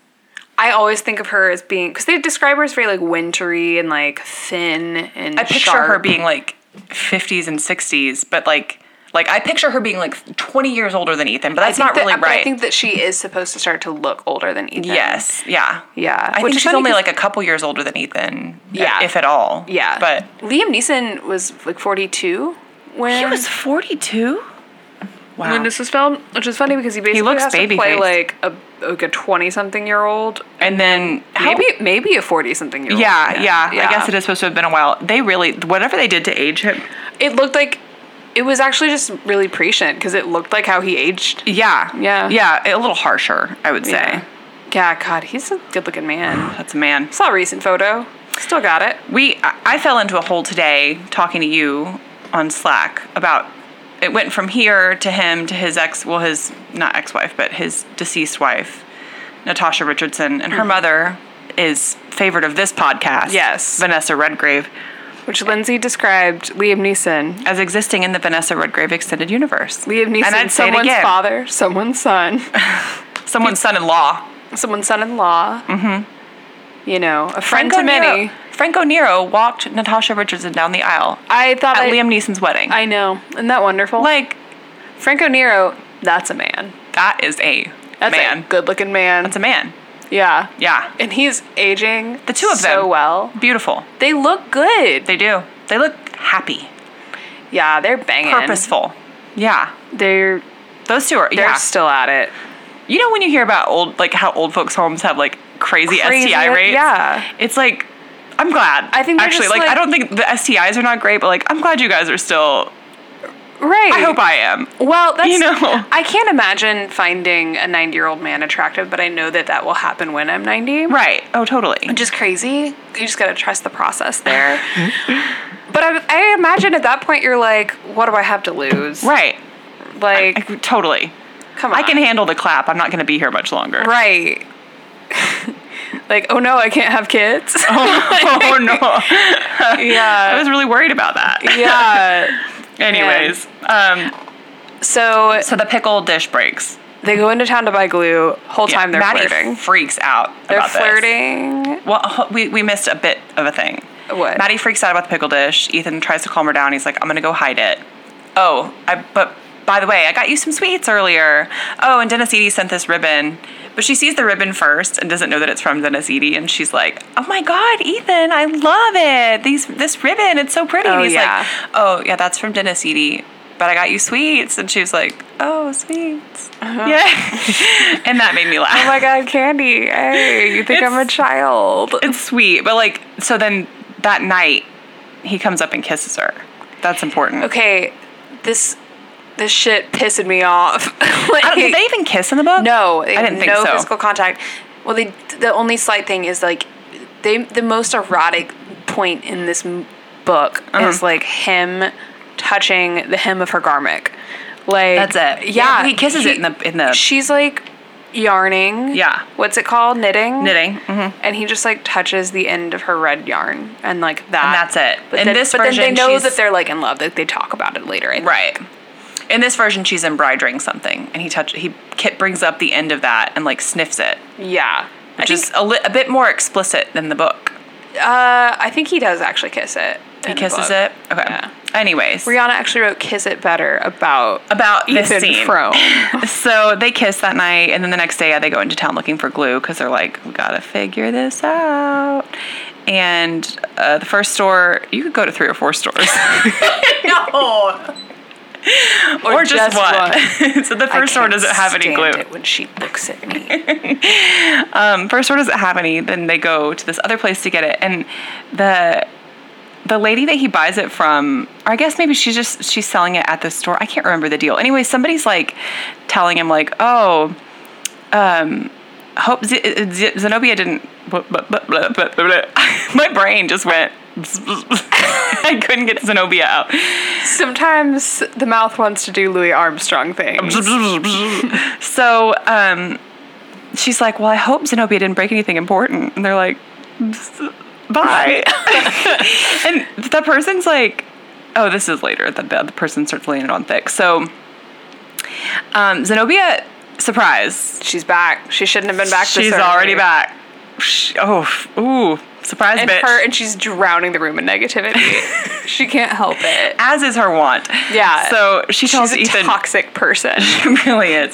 S2: I always think of her as being because they describe her as very like wintry and like thin and
S1: I picture her being like 50s and 60s, but like. Like I picture her being like 20 years older than Ethan, but that's not really right.
S2: I think that she is supposed to start to look older than Ethan.
S1: yes, yeah,
S2: Yeah.
S1: I
S2: Which
S1: think
S2: is
S1: she's
S2: funny
S1: only
S2: 'cause-
S1: like a couple years older than Ethan.
S2: Yeah.
S1: if at all.
S2: Yeah.
S1: but
S2: Liam Neeson was like 42 when
S1: he was 42. Wow,
S2: when this was filmed, which is funny because he basically
S1: looks
S2: has to play
S1: baby-faced.
S2: like a like a 20 something year old,
S1: And then
S2: maybe maybe a 40 something year old.
S1: yeah, yeah, I guess it is supposed to have been a while. They really whatever they did to age him.
S2: It looked like it was actually just really prescient because it looked like how he aged.
S1: Yeah,
S2: Yeah.
S1: yeah, a little harsher, I would say.
S2: Yeah, God, he's a good looking man.
S1: That's a man.
S2: Saw a recent photo. Still got it.
S1: We I I fell into a hole today talking to you on Slack about it went from here to him to his ex well his not ex-wife but his deceased wife Natasha Richardson and her mother is favorite of this podcast.
S2: Yes.
S1: Vanessa Redgrave
S2: Which Lindsay described Liam Neeson
S1: as existing in the Vanessa Redgrave extended universe.
S2: Liam Neeson,
S1: and I'd say it
S2: someone's
S1: again,
S2: father, someone's son,
S1: someone's son-in-law.
S2: someone's son-in-law. Mm-hmm. You know, a friend
S1: Franco
S2: to many.
S1: Nero, Franco Nero walked Natasha Richardson down the aisle
S2: I thought
S1: at
S2: I,
S1: Liam Neeson's wedding.
S2: I know. Isn't that wonderful?
S1: like
S2: Franco Nero, that's a man.
S1: that is a
S2: That's
S1: man.
S2: a good-looking man.
S1: That's a man.
S2: yeah.
S1: Yeah,
S2: And he's aging
S1: the two of them
S2: so well.
S1: Beautiful.
S2: They look good.
S1: They do. They look happy,
S2: yeah, they're banging.
S1: purposeful. Yeah,
S2: They're
S1: those two are.
S2: they're
S1: yeah,
S2: still at it.
S1: You know when you hear about old like how old folks' homes have like crazy,
S2: Crazy,
S1: STI rates?
S2: yeah.
S1: It's like I'm glad.
S2: I think they're
S1: actually
S2: just,
S1: like, I
S2: like-
S1: don't think the STIs are not great, but like I'm glad you guys are still
S2: Right.
S1: I hope I am.
S2: Well, that's
S1: You know.
S2: I can't imagine finding a 90-year-old man attractive, but I know that that will happen when I'm 90.
S1: Right. Oh totally.
S2: Just crazy. You just got to trust the process there. but I, I imagine at that point you're like, what do I have to lose?
S1: Right. I-
S2: Like,
S1: totally.
S2: come on.
S1: I can handle the clap. I'm not gonna be here much longer.
S2: Right. *laughs* like, oh no, I can't have
S1: *laughs*
S2: kids.
S1: *laughs* oh no. I
S2: *laughs* yeah.
S1: was really worried about that.
S2: Yeah.
S1: Anyways. Um
S2: So
S1: so the pickle dish breaks.
S2: they go into town to buy glue. Whole
S1: Yeah,
S2: time they're
S1: Maddie
S2: flirting.
S1: freaks out
S2: They're
S1: about this.
S2: flirting.
S1: Well, h- we, we missed a bit of a thing.
S2: What?
S1: Maddie freaks out about the pickle dish. Ethan tries to calm her down. He's like, I'm going to go hide it. Oh, I, but by the way, I got you some sweets earlier. Oh, and Dennis Edie sent this ribbon. But she sees the ribbon first and doesn't know that it's from Dennis Edie. And she's like, oh my God, Ethan, I love it. These, this ribbon, it's so pretty.
S2: Oh,
S1: and he's
S2: yeah.
S1: like, oh, yeah, that's from Dennis Edie. But I got you sweets. And she was like, oh, sweets.
S2: Uh-huh.
S1: Yeah. *laughs* and that made me laugh.
S2: Oh my god, Candy. Hey, you think I'm a
S1: It's-
S2: child.
S1: It's sweet, but like, so then that night, he comes up and kisses her. That's important.
S2: Okay, this this shit pissed me off. *laughs*
S1: I don't-
S2: like,
S1: did they even kiss in the book?
S2: no,
S1: I didn't think
S2: no
S1: so.
S2: physical contact. Well, they the only slight thing is like they the most erotic point in this m- book
S1: Uh-huh.
S2: is like him touching the hem of her garment. Like
S1: That's it.
S2: Yeah,
S1: Yeah, he kisses it in the- in the-
S2: She's like yarning.
S1: Yeah.
S2: What's it called? Knitting.
S1: Knitting. Mhm.
S2: and he just like touches the end of her red yarn and like that.
S1: And that's it.
S2: But
S1: In
S2: then,
S1: this
S2: but
S1: version,
S2: then they know
S1: she's-
S2: that they're like in love. Like they talk about it later. I think.
S1: Right. In this version, she's embroidering something, and he touch he Kit brings up the end of that and like sniffs it,
S2: Yeah. I
S1: which
S2: think,
S1: is a, li- a bit more explicit than the book.
S2: uh, I think he does actually kiss it.
S1: He kisses it. Okay.
S2: Yeah.
S1: Anyways,
S2: Rihanna actually wrote "Kiss It Better" about
S1: about this
S2: Ethan
S1: scene.
S2: Frome.
S1: So they kiss that night, and then the next day, yeah, they go into town looking for glue because they're like, we gotta figure this out. And uh, the first store, you could go to three or four stores, *laughs*
S2: no.
S1: *laughs* or, just,
S2: just
S1: one. so the *laughs* first store doesn't have any glue.
S2: It when she looks
S1: *laughs*
S2: at me.
S1: Um, first store doesn't have any. Then they go to this other place to get it, and the the lady that he buys it from, or I guess maybe she's just she's selling it at the store. I can't remember the deal. Anyway, somebody's like telling him like, oh, um, hope Z- uh, Z- Zenobia didn't. blah, blah, blah, blah, blah, blah, *laughs* blah. My brain just went. *laughs* I couldn't get Zenobia out.
S2: Sometimes the mouth wants to do Louis Armstrong things.
S1: *laughs* so um, she's like, "Well, I hope Zenobia didn't break anything important." And they're like, "Bye." *laughs* and the person's like, "Oh, this is later." The, the person starts laying it on thick. So um, Zenobia, surprise,
S2: She's back. She shouldn't have been back. this
S1: she's
S2: early.
S1: already back. Sh oh, f- ooh, surprise,
S2: and
S1: bitch.
S2: her and she's drowning the room
S1: *laughs*
S2: in negativity. she can't help it.
S1: as is her want.
S2: Yeah.
S1: So she tells
S2: She's a
S1: Ethan. *laughs*
S2: toxic person.
S1: It really is.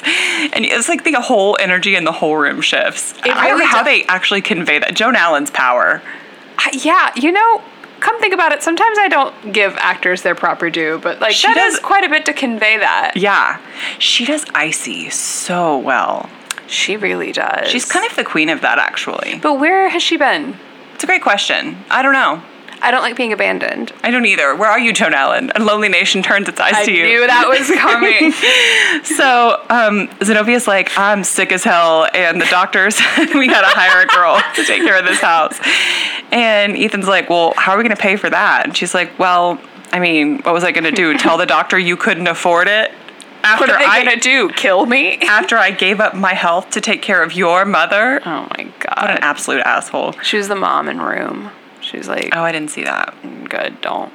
S1: And it's like the whole energy in the whole room shifts. I don't
S2: really
S1: know how
S2: does.
S1: they actually convey that. Joan Allen's power.
S2: I- yeah, you know, come think about it. Sometimes I don't give actors their proper due, but like
S1: She
S2: that
S1: does-
S2: is quite a bit to convey that.
S1: Yeah. She does Icy so well.
S2: She really does.
S1: She's kind of the queen of that, actually.
S2: But where has she been?
S1: It's a great question. I don't know.
S2: I don't like being abandoned.
S1: I don't either. Where are you, Joan Allen? And Lonely Nation turns its eyes
S2: I
S1: to you.
S2: knew that *laughs* was coming.
S1: So um, Zenobia's like, I'm sick as hell, and the doctors, *laughs* we gotta hire a girl *laughs* to take care of this house. And Ethan's like, Well, how are we gonna pay for that? And she's like, Well, I mean, what was I gonna do? Tell the doctor you couldn't afford it
S2: what
S1: after
S2: are they
S1: I
S2: gonna do? Kill me?
S1: after I gave up my health to take care of your mother?
S2: Oh my
S1: What
S2: god.
S1: an absolute asshole.
S2: She was the mom in room. She was like,
S1: Oh, I didn't see that.
S2: good, don't.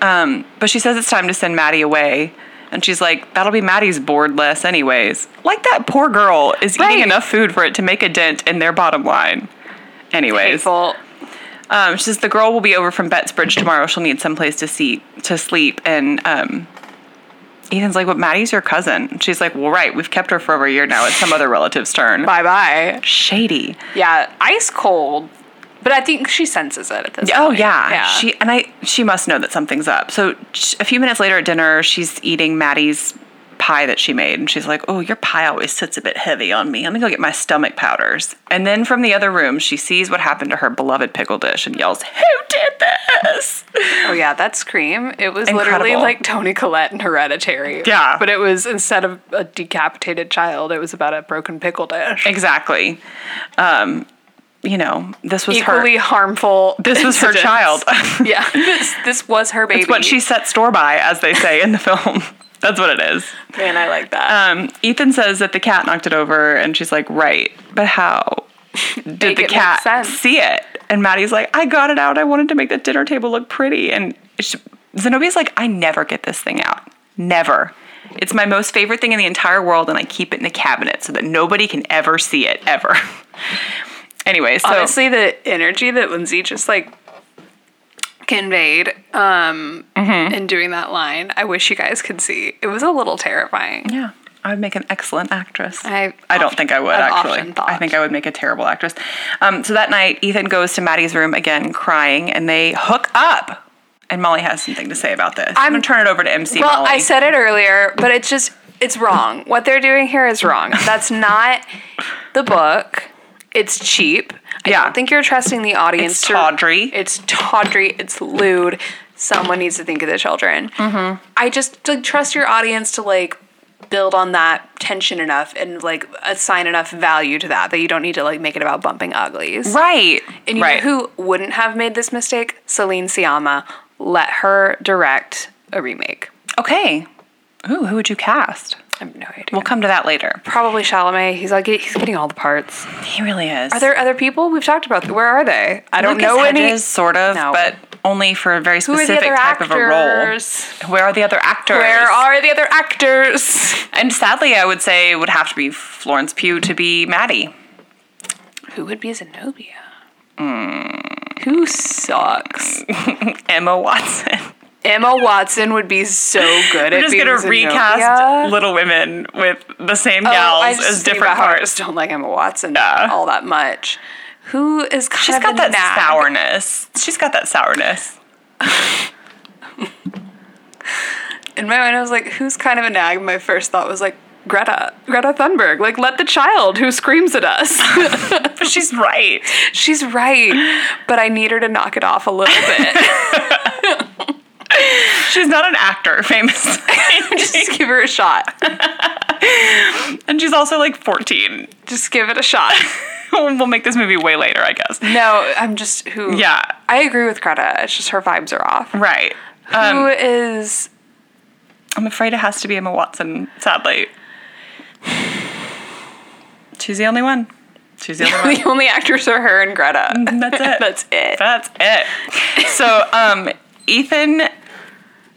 S1: Um, but she says it's time to send Maddie away. And she's like, that'll be Maddie's board less, anyways. Like that poor girl is
S2: Right.
S1: eating enough food for it to make a dent in their bottom line. Anyways,
S2: Hateful.
S1: um, she says the girl will be over from Bettsbridge tomorrow. She'll need someplace to see to sleep. And um, Ethan's like, "But Maddie's your cousin." She's like, "Well, right. We've kept her for over a year now. It's some other relative's turn."
S2: Bye bye.
S1: Shady.
S2: Yeah, ice cold. But I think she senses it at this
S1: Oh
S2: point.
S1: yeah. she and I. She must know that something's up. So sh- a few minutes later at dinner, she's eating Maddie's pie that she made. And she's like, Oh, your pie always sits a bit heavy on me. I'm gonna go get my stomach powders. And then from the other room, she sees what happened to her beloved pickle dish and yells, Who did this?
S2: Oh yeah, that scream. It was literally
S1: Incredible.
S2: like Tony Collette in Hereditary.
S1: Yeah.
S2: But it was instead of a decapitated child, it was about a broken pickle dish.
S1: Exactly. Um, you know, this was
S2: Equally
S1: her
S2: harmful.
S1: this was her
S2: incidents.
S1: child. *laughs*
S2: *laughs* yeah. This this was her baby.
S1: It's what she set store by, as they say in the *laughs* film. That's what it is.
S2: Man, I like that.
S1: Um, Ethan says that the cat knocked it over, and she's like, "Right, but how did
S2: Make
S1: the
S2: it make
S1: cat
S2: sense.
S1: see it?" And Maddie's like, "I got it out. I wanted to make the dinner table look pretty." And she, Zenobia's like, "I never get this thing out. Never. It's my most favorite thing in the entire world, and I keep it in a cabinet so that nobody can ever see it ever." *laughs* anyway, so
S2: Honestly, the energy that Lindsay just like conveyed um in doing that line, I wish you guys could see. It was a little terrifying.
S1: yeah, I would make an excellent actress.
S2: I
S1: I don't
S2: often-
S1: think I would
S2: I've
S1: actually.
S2: often thought.
S1: I think I would make a terrible actress. Um, so that night, Ethan goes to Maddie's room again, crying, and they hook up. And Molly has something to say about this. I'm gonna turn it over to MC
S2: Well,
S1: Molly.
S2: I said it earlier, but it's just it's wrong. What they're doing here is wrong. That's not the book. It's cheap. I
S1: Yeah.
S2: don't think you're trusting the audience.
S1: It's
S2: to-
S1: tawdry.
S2: It's tawdry. It's lewd. Someone needs to think of the children.
S1: Mm-hmm.
S2: I just like trust your audience to like build on that tension enough and like assign enough value to that that you don't need to like make it about bumping uglies.
S1: right.
S2: And you
S1: right.
S2: know who wouldn't have made this mistake? Celine Siama. Let her direct a remake.
S1: Okay. Ooh, who would you cast?
S2: I have no idea.
S1: We'll come to that later.
S2: Probably Chalamet. He's like he's getting all the parts. Are
S1: He really is. Are
S2: there other people we've talked about? Where are they? I don't
S1: Lucas
S2: know
S1: Hedges,
S2: any.
S1: sort of,
S2: No.
S1: but only for a very
S2: Who are the
S1: specific
S2: other
S1: type of a role.
S2: actors?
S1: Where are the other actors?
S2: Where are the other actors?
S1: and sadly, I would say it would have to be Florence Pugh to be Maddie.
S2: Who would be Zenobia? Hmm. Who sucks?
S1: Emma Watson. *laughs*
S2: Emma Watson would be so good
S1: We're
S2: at
S1: just
S2: being
S1: gonna
S2: Zenobia.
S1: recast Little Women with the same
S2: Oh,
S1: gals
S2: I just
S1: as
S2: think about
S1: different
S2: how I
S1: parts.
S2: just don't like Emma Watson
S1: Yeah.
S2: all that much. Who is kind
S1: She's
S2: of
S1: got
S2: a
S1: that
S2: nag?
S1: sourness. She's got that sourness.
S2: In my mind, I was like, who's kind of a nag? And My first thought was like, Greta, Greta Thunberg. Like, let the child who screams at us. *laughs*
S1: But she's right.
S2: She's right, but I need her to knock it off a little bit. *laughs*
S1: She's not an actor, *laughs* famous.
S2: Just give her a shot.
S1: and she's also like 14.
S2: Just give it a shot.
S1: *laughs* we'll make this movie way later, I guess.
S2: No, I'm just who.
S1: Yeah.
S2: I agree with Greta. It's just her vibes are off.
S1: Right. Um,
S2: who is?
S1: I'm afraid it has to be Emma Watson, sadly. *sighs* She's the only one. She's the only one.
S2: The only actors are her and Greta. *laughs*
S1: That's it.
S2: That's it.
S1: That's it. So, um, Ethan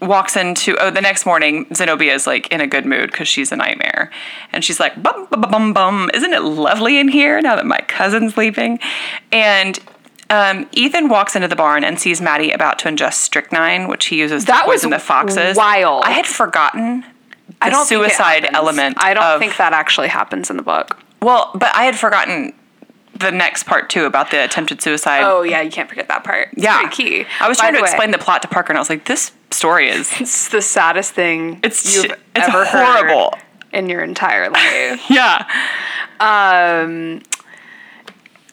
S1: walks into oh the next morning Zenobia is like in a good mood because she's a nightmare and she's like bum bum bum, bum bum isn't it lovely in here now that my cousin's leaving and um, Ethan walks into the barn and sees Maddie about to ingest strychnine which he uses
S2: That
S1: to
S2: was
S1: poison the foxes
S2: wild.
S1: I had forgotten the
S2: I don't think it
S1: suicide
S2: happens.
S1: element
S2: I don't
S1: of-
S2: think that actually happens in the book.
S1: well but I had forgotten the next part too about the attempted suicide
S2: Oh yeah, you can't forget that part. It's
S1: yeah.
S2: pretty key.
S1: I was
S2: By
S1: trying to
S2: the way,
S1: explain the plot to Parker, and I was like, "This story is
S2: It's the saddest thing
S1: It's
S2: you've
S1: sh- it's
S2: ever
S1: horrible.
S2: heard in your
S1: *laughs*
S2: entire life.
S1: yeah,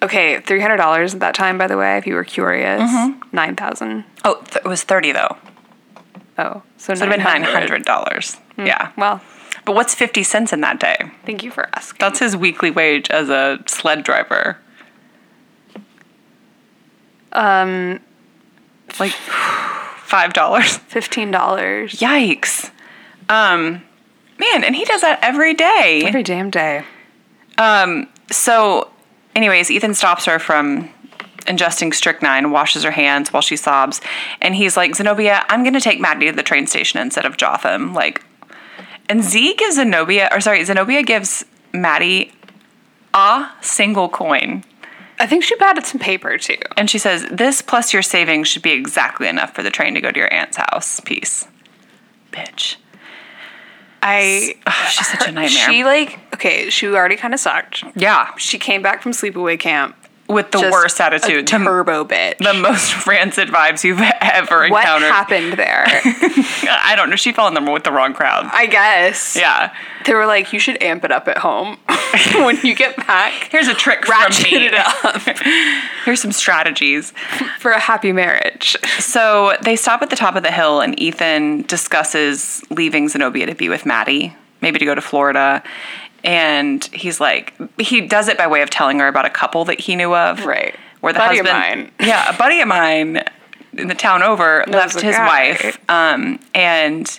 S2: okay, three hundred dollars at that time, by the way, if you were curious.
S1: Mm-hmm.
S2: Nine thousand.
S1: Oh, th- it was thirty though.
S2: Oh, so,
S1: It would have been nine
S2: 900.
S1: hundred Hmm. dollars. Yeah,
S2: Well,
S1: but what's fifty cents in that day?
S2: thank you for asking.
S1: That's his weekly wage as a sled driver. Um, like five dollars.
S2: Fifteen
S1: *sighs*
S2: dollars
S1: Yikes. Um, man, and he does that every day.
S2: every damn day.
S1: So, anyways, Ethan stops her from ingesting strychnine, washes her hands while she sobs, and he's like, Zenobia, I'm going to take Maddie to the train station instead of Jotham. Like, and Z gives Zenobia, or sorry, Zenobia gives Maddie a single coin.
S2: I think she batted some paper too.
S1: And she says, This plus your savings should be exactly enough for the train to go to your aunt's house. Peace. Bitch.
S2: I
S1: Oh, she's
S2: *laughs*
S1: such a nightmare.
S2: she like okay, she already kind of sucked.
S1: yeah.
S2: She came back from sleepaway camp
S1: with the
S2: Just
S1: worst
S2: a
S1: attitude to
S2: turbo
S1: *laughs*
S2: bitch.
S1: the most rancid vibes you've *laughs* ever
S2: what
S1: encountered.
S2: happened
S1: *laughs*
S2: there?
S1: I don't know. She fell in the with the wrong crowd.
S2: I guess.
S1: Yeah.
S2: They were like, you should amp it up at home *laughs* when you get back.
S1: Here's a trick
S2: Ratchet
S1: from me.
S2: *laughs* it up
S1: *laughs* Here's some strategies.
S2: for a happy marriage.
S1: So they stop at the top of the hill, and Ethan discusses leaving Zenobia to be with Maddie, maybe to go to Florida. And he's like, he does it by way of telling her about a couple that he knew of.
S2: Right.
S1: Where the
S2: Buddy of
S1: husband,
S2: mine.
S1: *laughs* yeah, a buddy of mine in the town over left
S2: the
S1: his
S2: guy.
S1: wife, um, and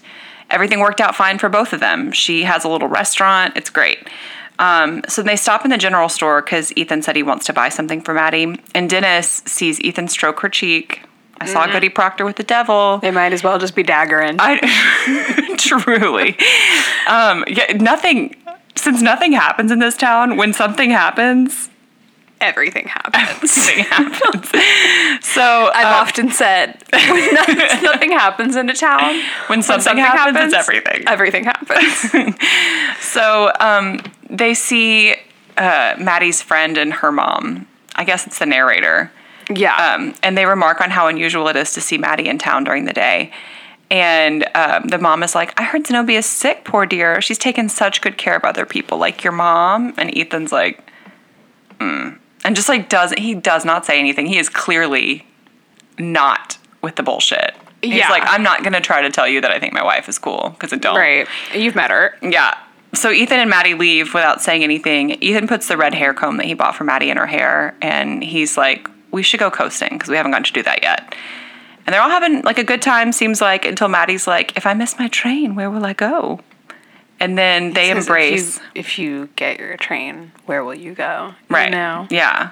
S1: everything worked out fine for both of them. She has a little restaurant; it's great. Um, so they stop in the general store because Ethan said he wants to buy something for Maddie, and Dennis sees Ethan stroke her cheek. I saw Goody Proctor with the devil. *laughs*
S2: They might as well just be daggering.
S1: I *laughs* truly, um, yeah, nothing. Since nothing happens in this town, when something happens, *laughs*
S2: Everything happens.
S1: something happens. So
S2: *laughs* I've
S1: um,
S2: often said, *laughs* when nothing, nothing happens in a town,
S1: when something,
S2: something
S1: happens,
S2: happens,
S1: it's everything.
S2: everything happens.
S1: So um, they see uh, Maddie's friend and her mom. I guess it's the narrator.
S2: *laughs* yeah.
S1: Um, and they remark on how unusual it is to see Maddie in town during the day. And um, the mom is like, I heard Zenobia's sick, poor dear. She's taken such good care of other people, like your mom. And Ethan's like, mm. And just like, doesn't, he does not say anything. He is clearly not with the bullshit. He's
S2: Yeah.
S1: like, I'm not going to try to tell you that I think my wife is cool because I don't.
S2: right. You've met her.
S1: Yeah. So Ethan and Maddie leave without saying anything. Ethan puts the red hair comb that he bought for Maddie in her hair, and he's like, "We should go coasting because we haven't gotten to do that yet." And they're all having like a good time, seems like, until Maddie's like, "If I miss my train, where will I go?" And then they
S2: Says,
S1: embrace,
S2: If you, if you get your train, where will you go? You
S1: right?
S2: know.
S1: Yeah.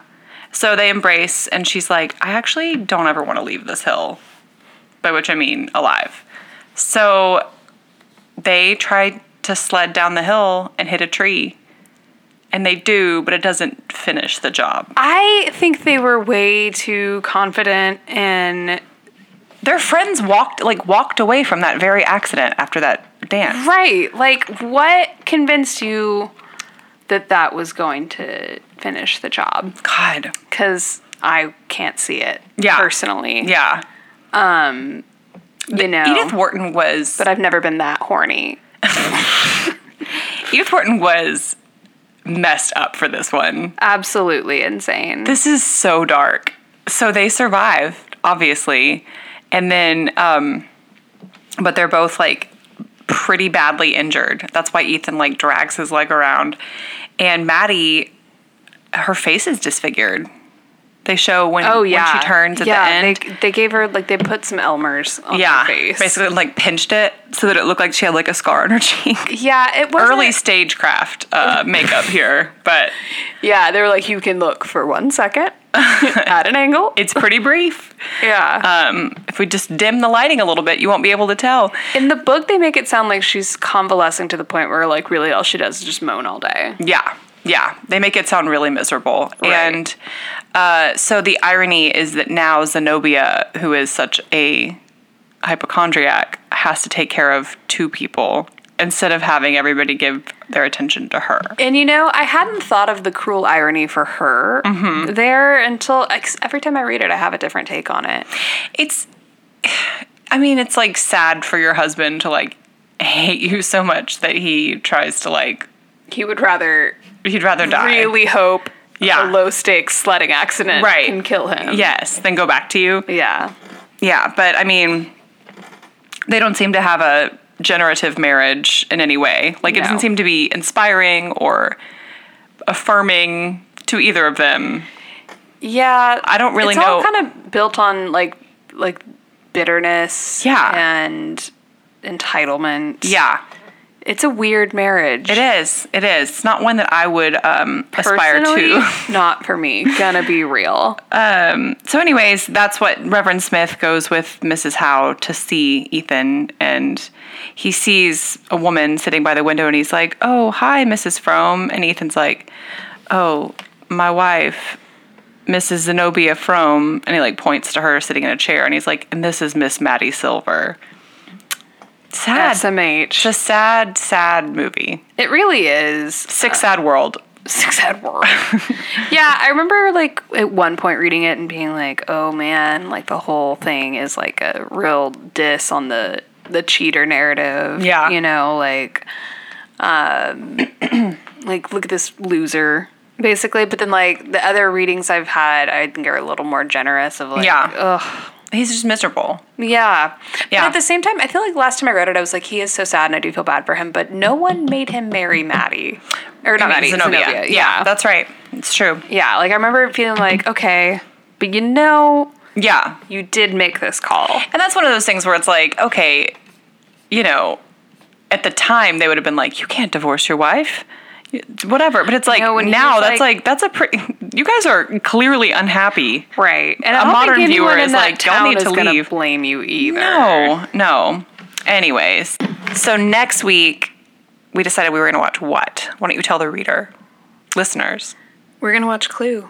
S1: So they embrace, and she's like, "I actually don't ever want to leave this hill," by which I mean alive. So they try to sled down the hill and hit a tree. And they do, but it doesn't finish the job.
S2: I think they were way too confident and
S1: Their friends walked like walked away from that very accident after that dance.
S2: right. Like, what convinced you that that was going to finish the job?
S1: God.
S2: Because I can't see it
S1: Yeah.
S2: personally.
S1: Yeah.
S2: You know,
S1: Edith Wharton was
S2: but I've never been that horny.
S1: Edith Wharton was messed up for this one.
S2: Absolutely insane.
S1: This is so dark. So they survived, obviously. And then um but they're both like pretty badly injured. That's why Ethan like drags his leg around. And Maddie her face is disfigured. They show when,
S2: oh yeah,
S1: when she turns at
S2: yeah,
S1: the end.
S2: They, they gave her like they put some Elmers on
S1: yeah.
S2: her face.
S1: Basically like pinched it so that it looked like she had like a scar on her *laughs* cheek.
S2: Yeah, it was
S1: Early stagecraft uh, makeup here, but
S2: Yeah, they were like, you can look for one
S1: *laughs*
S2: second at an angle.
S1: it's pretty brief.
S2: yeah.
S1: Um, if we just dim the lighting a little bit, you won't be able to tell.
S2: In the book, they make it sound like she's convalescing to the point where, like, really all she does is just moan all day.
S1: Yeah, yeah. They make it sound really miserable.
S2: Right.
S1: And uh, so the irony is that now Zenobia, who is such a hypochondriac, has to take care of two people instead of having everybody give their attention to her.
S2: And you know, I hadn't thought of the cruel irony for her
S1: Mm-hmm.
S2: there until ex- every time I read it, I have a different take on it.
S1: It's, I mean, it's like sad for your husband to like hate you so much that he tries to like,
S2: He would rather
S1: he'd rather die.
S2: really hope
S1: Yeah.
S2: a low stakes sledding accident
S1: Right.
S2: can kill him.
S1: Yes, then go back to you.
S2: Yeah.
S1: Yeah, but I mean, they don't seem to have a generative marriage in any way. Like, it
S2: No.
S1: doesn't seem to be inspiring or affirming to either of them.
S2: Yeah.
S1: I don't really
S2: it's all
S1: know-
S2: kind of built on like like bitterness
S1: Yeah.
S2: and entitlement.
S1: Yeah,
S2: It's a weird marriage.
S1: it is. It is. It's not one that I would um, aspire to.
S2: not for me. Gonna be real.
S1: *laughs* So, anyways, that's what Reverend Smith goes with Mrs. Howe to see Ethan, and he sees a woman sitting by the window, and he's like, "Oh, hi, Mrs. Frome," and Ethan's like, "Oh, my wife, Mrs. Zenobia Frome," and he like points to her sitting in a chair, and he's like, "And this is Miss Maddie Silver." Sad,
S2: SMH.
S1: just sad, sad movie.
S2: it really is.
S1: Sick, sad world.
S2: Six
S1: *laughs*
S2: Edward. yeah, I remember like at one point reading it and being like, "Oh man, like the whole thing is like a real diss on the the cheater narrative."
S1: Yeah.
S2: you know, like, um, *clears throat* like look at this loser. Basically, but then like the other readings I've had, I think are a little more generous of like,
S1: Yeah.
S2: ugh,
S1: He's just miserable.
S2: yeah.
S1: Yeah.
S2: But at the same time, I feel like last time I read it, I was like, he is so sad and I do feel bad for him, but no one made him marry Maddie. Or not Maddie, Zenobia.
S1: Yeah.
S2: Yeah. Yeah.
S1: that's right. It's true.
S2: Like I remember feeling *clears throat* like, okay, but you know,
S1: Yeah.
S2: you did make this call.
S1: And that's one of those things where it's like, okay, you know, at the time they would have been like, you can't divorce your wife. Whatever, but it's like
S2: know, when he
S1: now
S2: was
S1: that's
S2: like-
S1: like, that's a pretty. *laughs* You guys are clearly unhappy.
S2: Right. And I
S1: A
S2: don't
S1: modern
S2: think anyone
S1: viewer
S2: in
S1: is
S2: that
S1: like, y'all
S2: town
S1: need
S2: is
S1: to
S2: gonna
S1: leave.
S2: blame you either.
S1: No, no. Anyways, so next week we decided we were going to watch what? Why don't you tell the reader, listeners?
S2: We're going to watch Clue.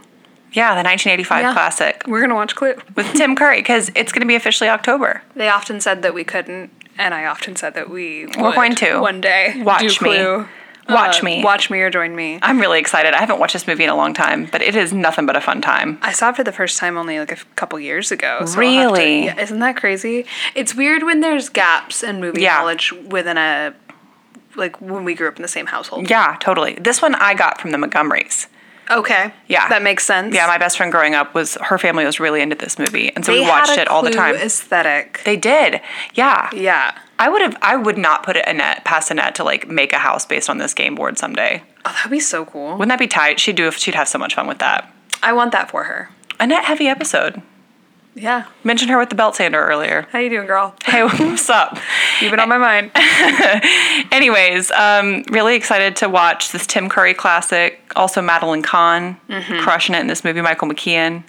S1: Yeah, the 1985
S2: Yeah.
S1: classic
S2: We're going to watch Clue.
S1: with Tim Curry because it's going to be officially October.
S2: They often said that we couldn't, and I often said that we
S1: We're
S2: would
S1: going to.
S2: one day
S1: Watch
S2: do
S1: me.
S2: Clue.
S1: Watch
S2: Uh,
S1: me.
S2: Watch me or join me.
S1: I'm really excited. I haven't watched this movie in a long time, but it is nothing but a fun time.
S2: I saw it for the first time only like a f- couple years ago. So I'll have to-
S1: Really?
S2: yeah, isn't that crazy? It's weird when there's gaps in movie
S1: Yeah.
S2: knowledge within a like when we grew up in the same household.
S1: Yeah, totally. This one I got from the Montgomerys.
S2: Okay.
S1: Yeah.
S2: That makes sense.
S1: Yeah, my best friend growing up was her family was really into this movie, and so
S2: They
S1: we
S2: had
S1: watched
S2: a
S1: it all the
S2: Clue
S1: time.
S2: Aesthetic.
S1: they did. Yeah.
S2: yeah.
S1: I would have I would not put it Annette past Annette to like make a house based on this game board someday.
S2: Oh, that'd be so cool.
S1: Wouldn't that be tight? She'd do if she'd have so much fun with that.
S2: I want that for her.
S1: Annette heavy episode.
S2: Yeah.
S1: Mentioned her with the belt sander earlier. *laughs*
S2: How you doing, girl?
S1: Hey, what's up?
S2: You've been on my mind.
S1: Anyways, um, really excited to watch this Tim Curry classic. Also, Madeline Kahn
S2: Mm-hmm.
S1: crushing it in this movie. Michael McKean.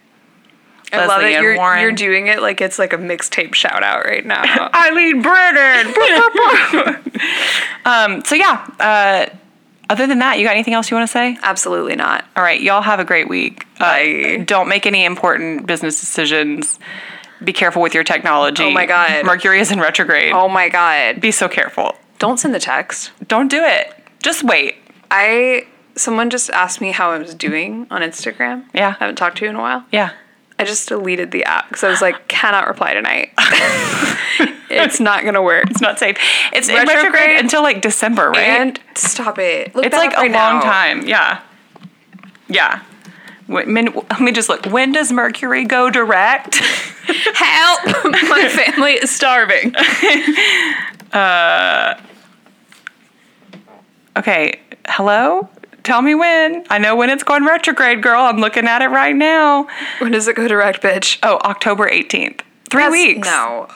S2: I love
S1: Leslie
S2: it.
S1: Ann
S2: You're,
S1: Warren.
S2: you're doing it like it's like a mixtape shout out
S1: *laughs*
S2: right now.
S1: Eileen *laughs* Brennan. um, so yeah. Uh, other than that, you got anything else you want to say?
S2: Absolutely not.
S1: All right, y'all have a great week. Uh,
S2: Bye.
S1: Don't make any important business decisions. Be careful with your technology.
S2: Oh my God.
S1: Mercury is in retrograde.
S2: Oh my god.
S1: Be so careful.
S2: Don't send the text.
S1: Don't do it. Just wait.
S2: I someone just asked me how I was doing on Instagram.
S1: Yeah.
S2: I haven't talked to you in a while.
S1: Yeah.
S2: I just deleted the app because I was like, cannot reply
S1: *laughs*
S2: tonight. it's not gonna work.
S1: It's not safe. It's in
S2: Retrograde.
S1: retrograde until like December, right?
S2: And stop it. Look
S1: it's
S2: that
S1: like
S2: up
S1: a
S2: right
S1: long
S2: now.
S1: time. Yeah. Yeah. Wait, min- Let me just look. When does Mercury go direct? *laughs*
S2: Help! *laughs* My family is *laughs* starving.
S1: Okay, hello? Tell me when. I know when it's going retrograde, girl. I'm looking at it right now.
S2: When does it go direct, bitch?
S1: Oh, October 18th. Three
S2: That's-
S1: weeks.
S2: No.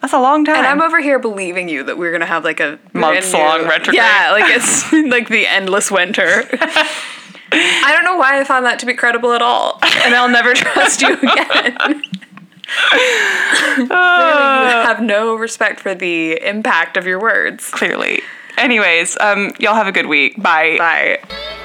S1: That's a long time.
S2: And I'm over here believing you that we're gonna have like a
S1: Months
S2: brand new-
S1: long retrograde.
S2: Yeah, like *laughs* it's like the endless winter. *laughs* I don't know why I found that to be credible at all, and
S1: *laughs*
S2: I'll never trust *laughs* you again. Really, you have no respect for the impact of your words.
S1: Clearly. Anyways, um, y'all have a good week. Bye.
S2: Bye.
S3: Thank